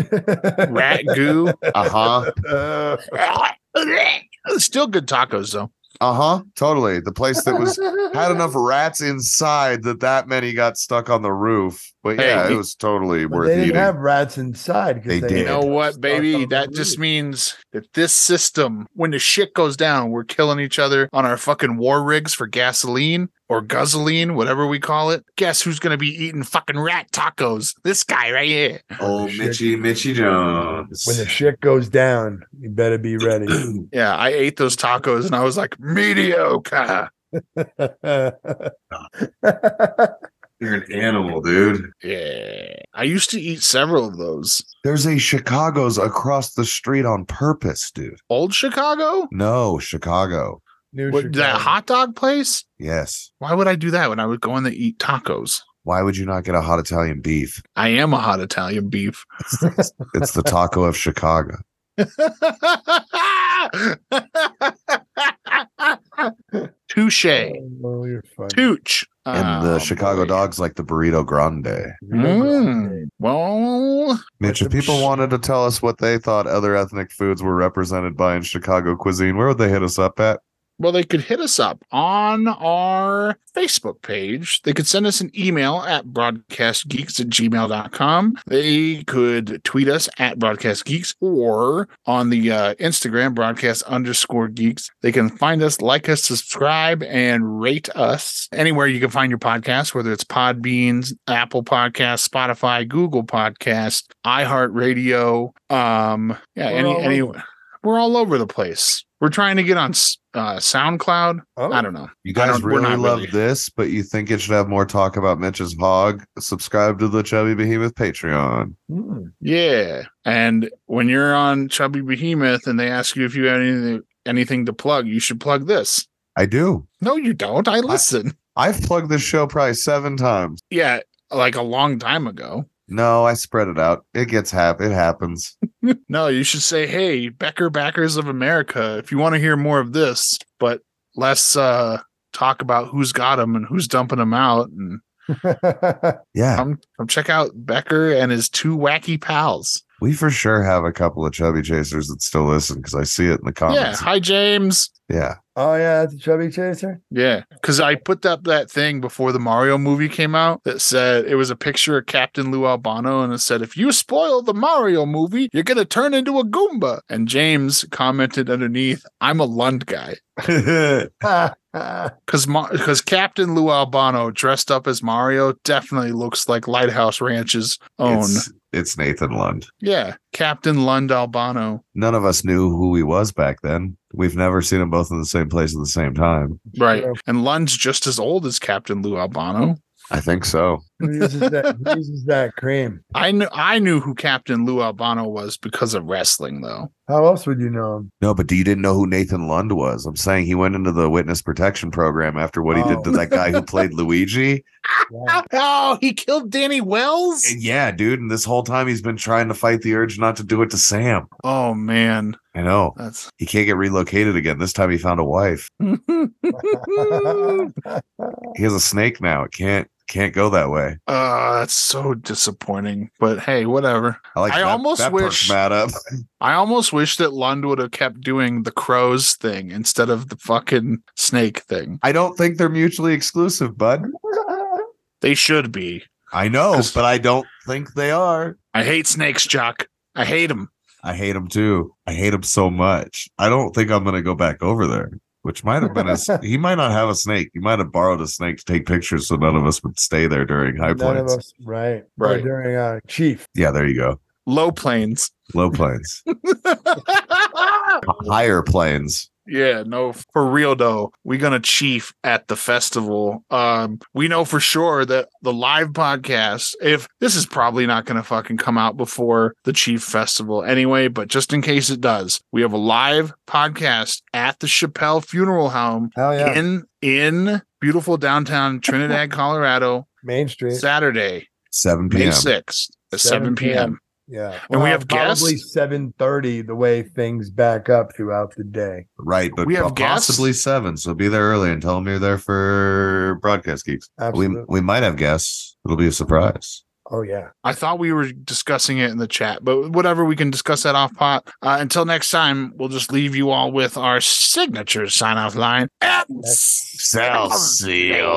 Rat goo.
Uh huh.
Uh,
Still good tacos though.
Uh huh. Totally. The place that was had enough rats inside that that many got stuck on the roof. But
Hey,
yeah, it
you-
was totally
But
worth
they didn't
eating.
have rats inside because
They
they,
did.
You know
had
what,
stuff
baby?
on the
That just
roof.
means that this system, when the shit goes down, we're killing each other on our fucking war rigs for gasoline or guzzling, whatever we call it. Guess who's going to be eating fucking rat tacos? This guy right here.
Oh, Mitchy-
Mitchy Jones.
when the shit goes down, you better be ready.
Yeah, I ate those tacos and I was like, mediocre.
You're an animal, dude.
Yeah. I used to eat several of those.
There's a Chicago's across the street on purpose, dude.
Old Chicago?
No, Chicago.
New
What, that
Chicago.
hot dog place?
Yes.
Why would I do that when I was going to eat tacos?
Why would you not get a hot Italian beef?
I am a hot Italian beef.
It's the taco of Chicago.
Touche.
Oh, you're funny.
Tooch.
And the
Oh,
Chicago
boy.
dog's like the burrito grande.
Mm. Well,
Mitch, if
Like the-
people wanted to tell us what they thought other ethnic foods were represented by in Chicago cuisine, where would they hit us up at?
well, they could hit us up on our Facebook page. They could send us an email at broadcastgeeks at gmail.com. They could tweet us at broadcastgeeks or on the uh, Instagram, broadcast underscore geeks. They can find us, like us, subscribe, and rate us anywhere you can find your podcast, whether it's Podbeans, Apple Podcasts, Spotify, Google Podcasts, iHeartRadio. Um, yeah,
We're
any,
all
any,
over.
we're all over the place. We're trying to get on S- uh, SoundCloud.
Oh,
I don't know.
You
I
guys
don't- we're
really
not
love
really.
this, but you think it should have more talk about Mitch's hog? Subscribe to the Chubby Behemoth Patreon.
Hmm.
Yeah. And when you're on Chubby Behemoth and they ask you if you have anything, anything to plug, you should plug this.
I do.
No, you don't. I listen.
I've plugged this show probably seven times.
yeah. Like a long time ago.
No, I spread it out. It gets hap. It happens.
No, you should say, "Hey, Becker backers of America, if you want to hear more of this, but less uh talk about who's got them and who's dumping them out and
mm.
Yeah,
come, come check out Becker and his two wacky pals."
we for sure have a couple of Chubby Chasers that still listen because I see it in the
Yeah,
comments.
hi James.
yeah.
oh yeah, that's a chubby chaser.
Yeah, because I put up that thing before the Mario movie came out that said it was a picture of Captain Lou Albano and it said, if you spoil the Mario movie, you're going to turn into a Goomba. And James commented underneath, I'm a Lund guy.
Ha, ha.
Because because Captain Lou Albano dressed up as Mario definitely looks like Lighthouse Ranch's own.
It's, it's Nathan Lund.
yeah, Captain Lund Albano.
None of us knew who he was back then. We've never seen them both in the same place at the same time.
Right.
Sure.
And Lund's just as old as Captain Lou Albano.
I think so.
who uses that? Who uses that cream?
I knew I knew who Captain Lou Albano was because of wrestling, though.
How else would you know him?
No, but you didn't know who Nathan Lund was. I'm saying he went into the witness protection program after what he did to
Oh.
that guy who played Luigi.
Yeah.
Oh, he killed Danny Wells?
And yeah, dude. And this whole time he's been trying to fight the urge not to do it to Sam.
Oh man,
I know.
that's
He can't get relocated again. This time he found a wife.
oh,
He has a snake now. It can't can't go that way.
Ah, that's so disappointing. But hey, whatever.
I like.
I
that,
almost
that perked
wish-
Matt up.
I almost wish that Lund would have kept doing the crows thing instead of the fucking snake thing.
I don't think they're mutually exclusive, bud.
They should be.
I know,
'Cause-
but I don't think they are.
I hate snakes, Jock. I hate them.
I hate him too. I hate him so much. I don't think I'm gonna go back over there. Which might have been a he might not have a snake. He might have borrowed a snake to take pictures, so none of us would stay there during high
None of
planes.
us, right? Right.
Right.
during uh, Chief.
Yeah, there you go.
Low planes.
Low planes, higher planes.
Yeah, no, for real though. We're gonna chief at the festival. Um, we know for sure that the live podcast, if this is probably not gonna fucking come out before the chief festival anyway, but just in case it does, we have a live podcast at the Chappelle Funeral Home
Hell yeah,
in in beautiful downtown Trinidad, Colorado,
Main Street.
Saturday,
7
May
p.m.
sixth at seven
7
p.m.
Yeah,
And we have
probably
guests?
seven thirty. The way things back up throughout the day.
Right, but
We have
possibly seven. So be there early and tell them you're there for broadcast geeks.
Absolutely.
We we might have guests. It'll be a surprise.
oh yeah.
I thought we were discussing it in the chat, but whatever, we can discuss that off pot. Uh, until next time, we'll just leave you all with our signature sign off line.
Excelsior.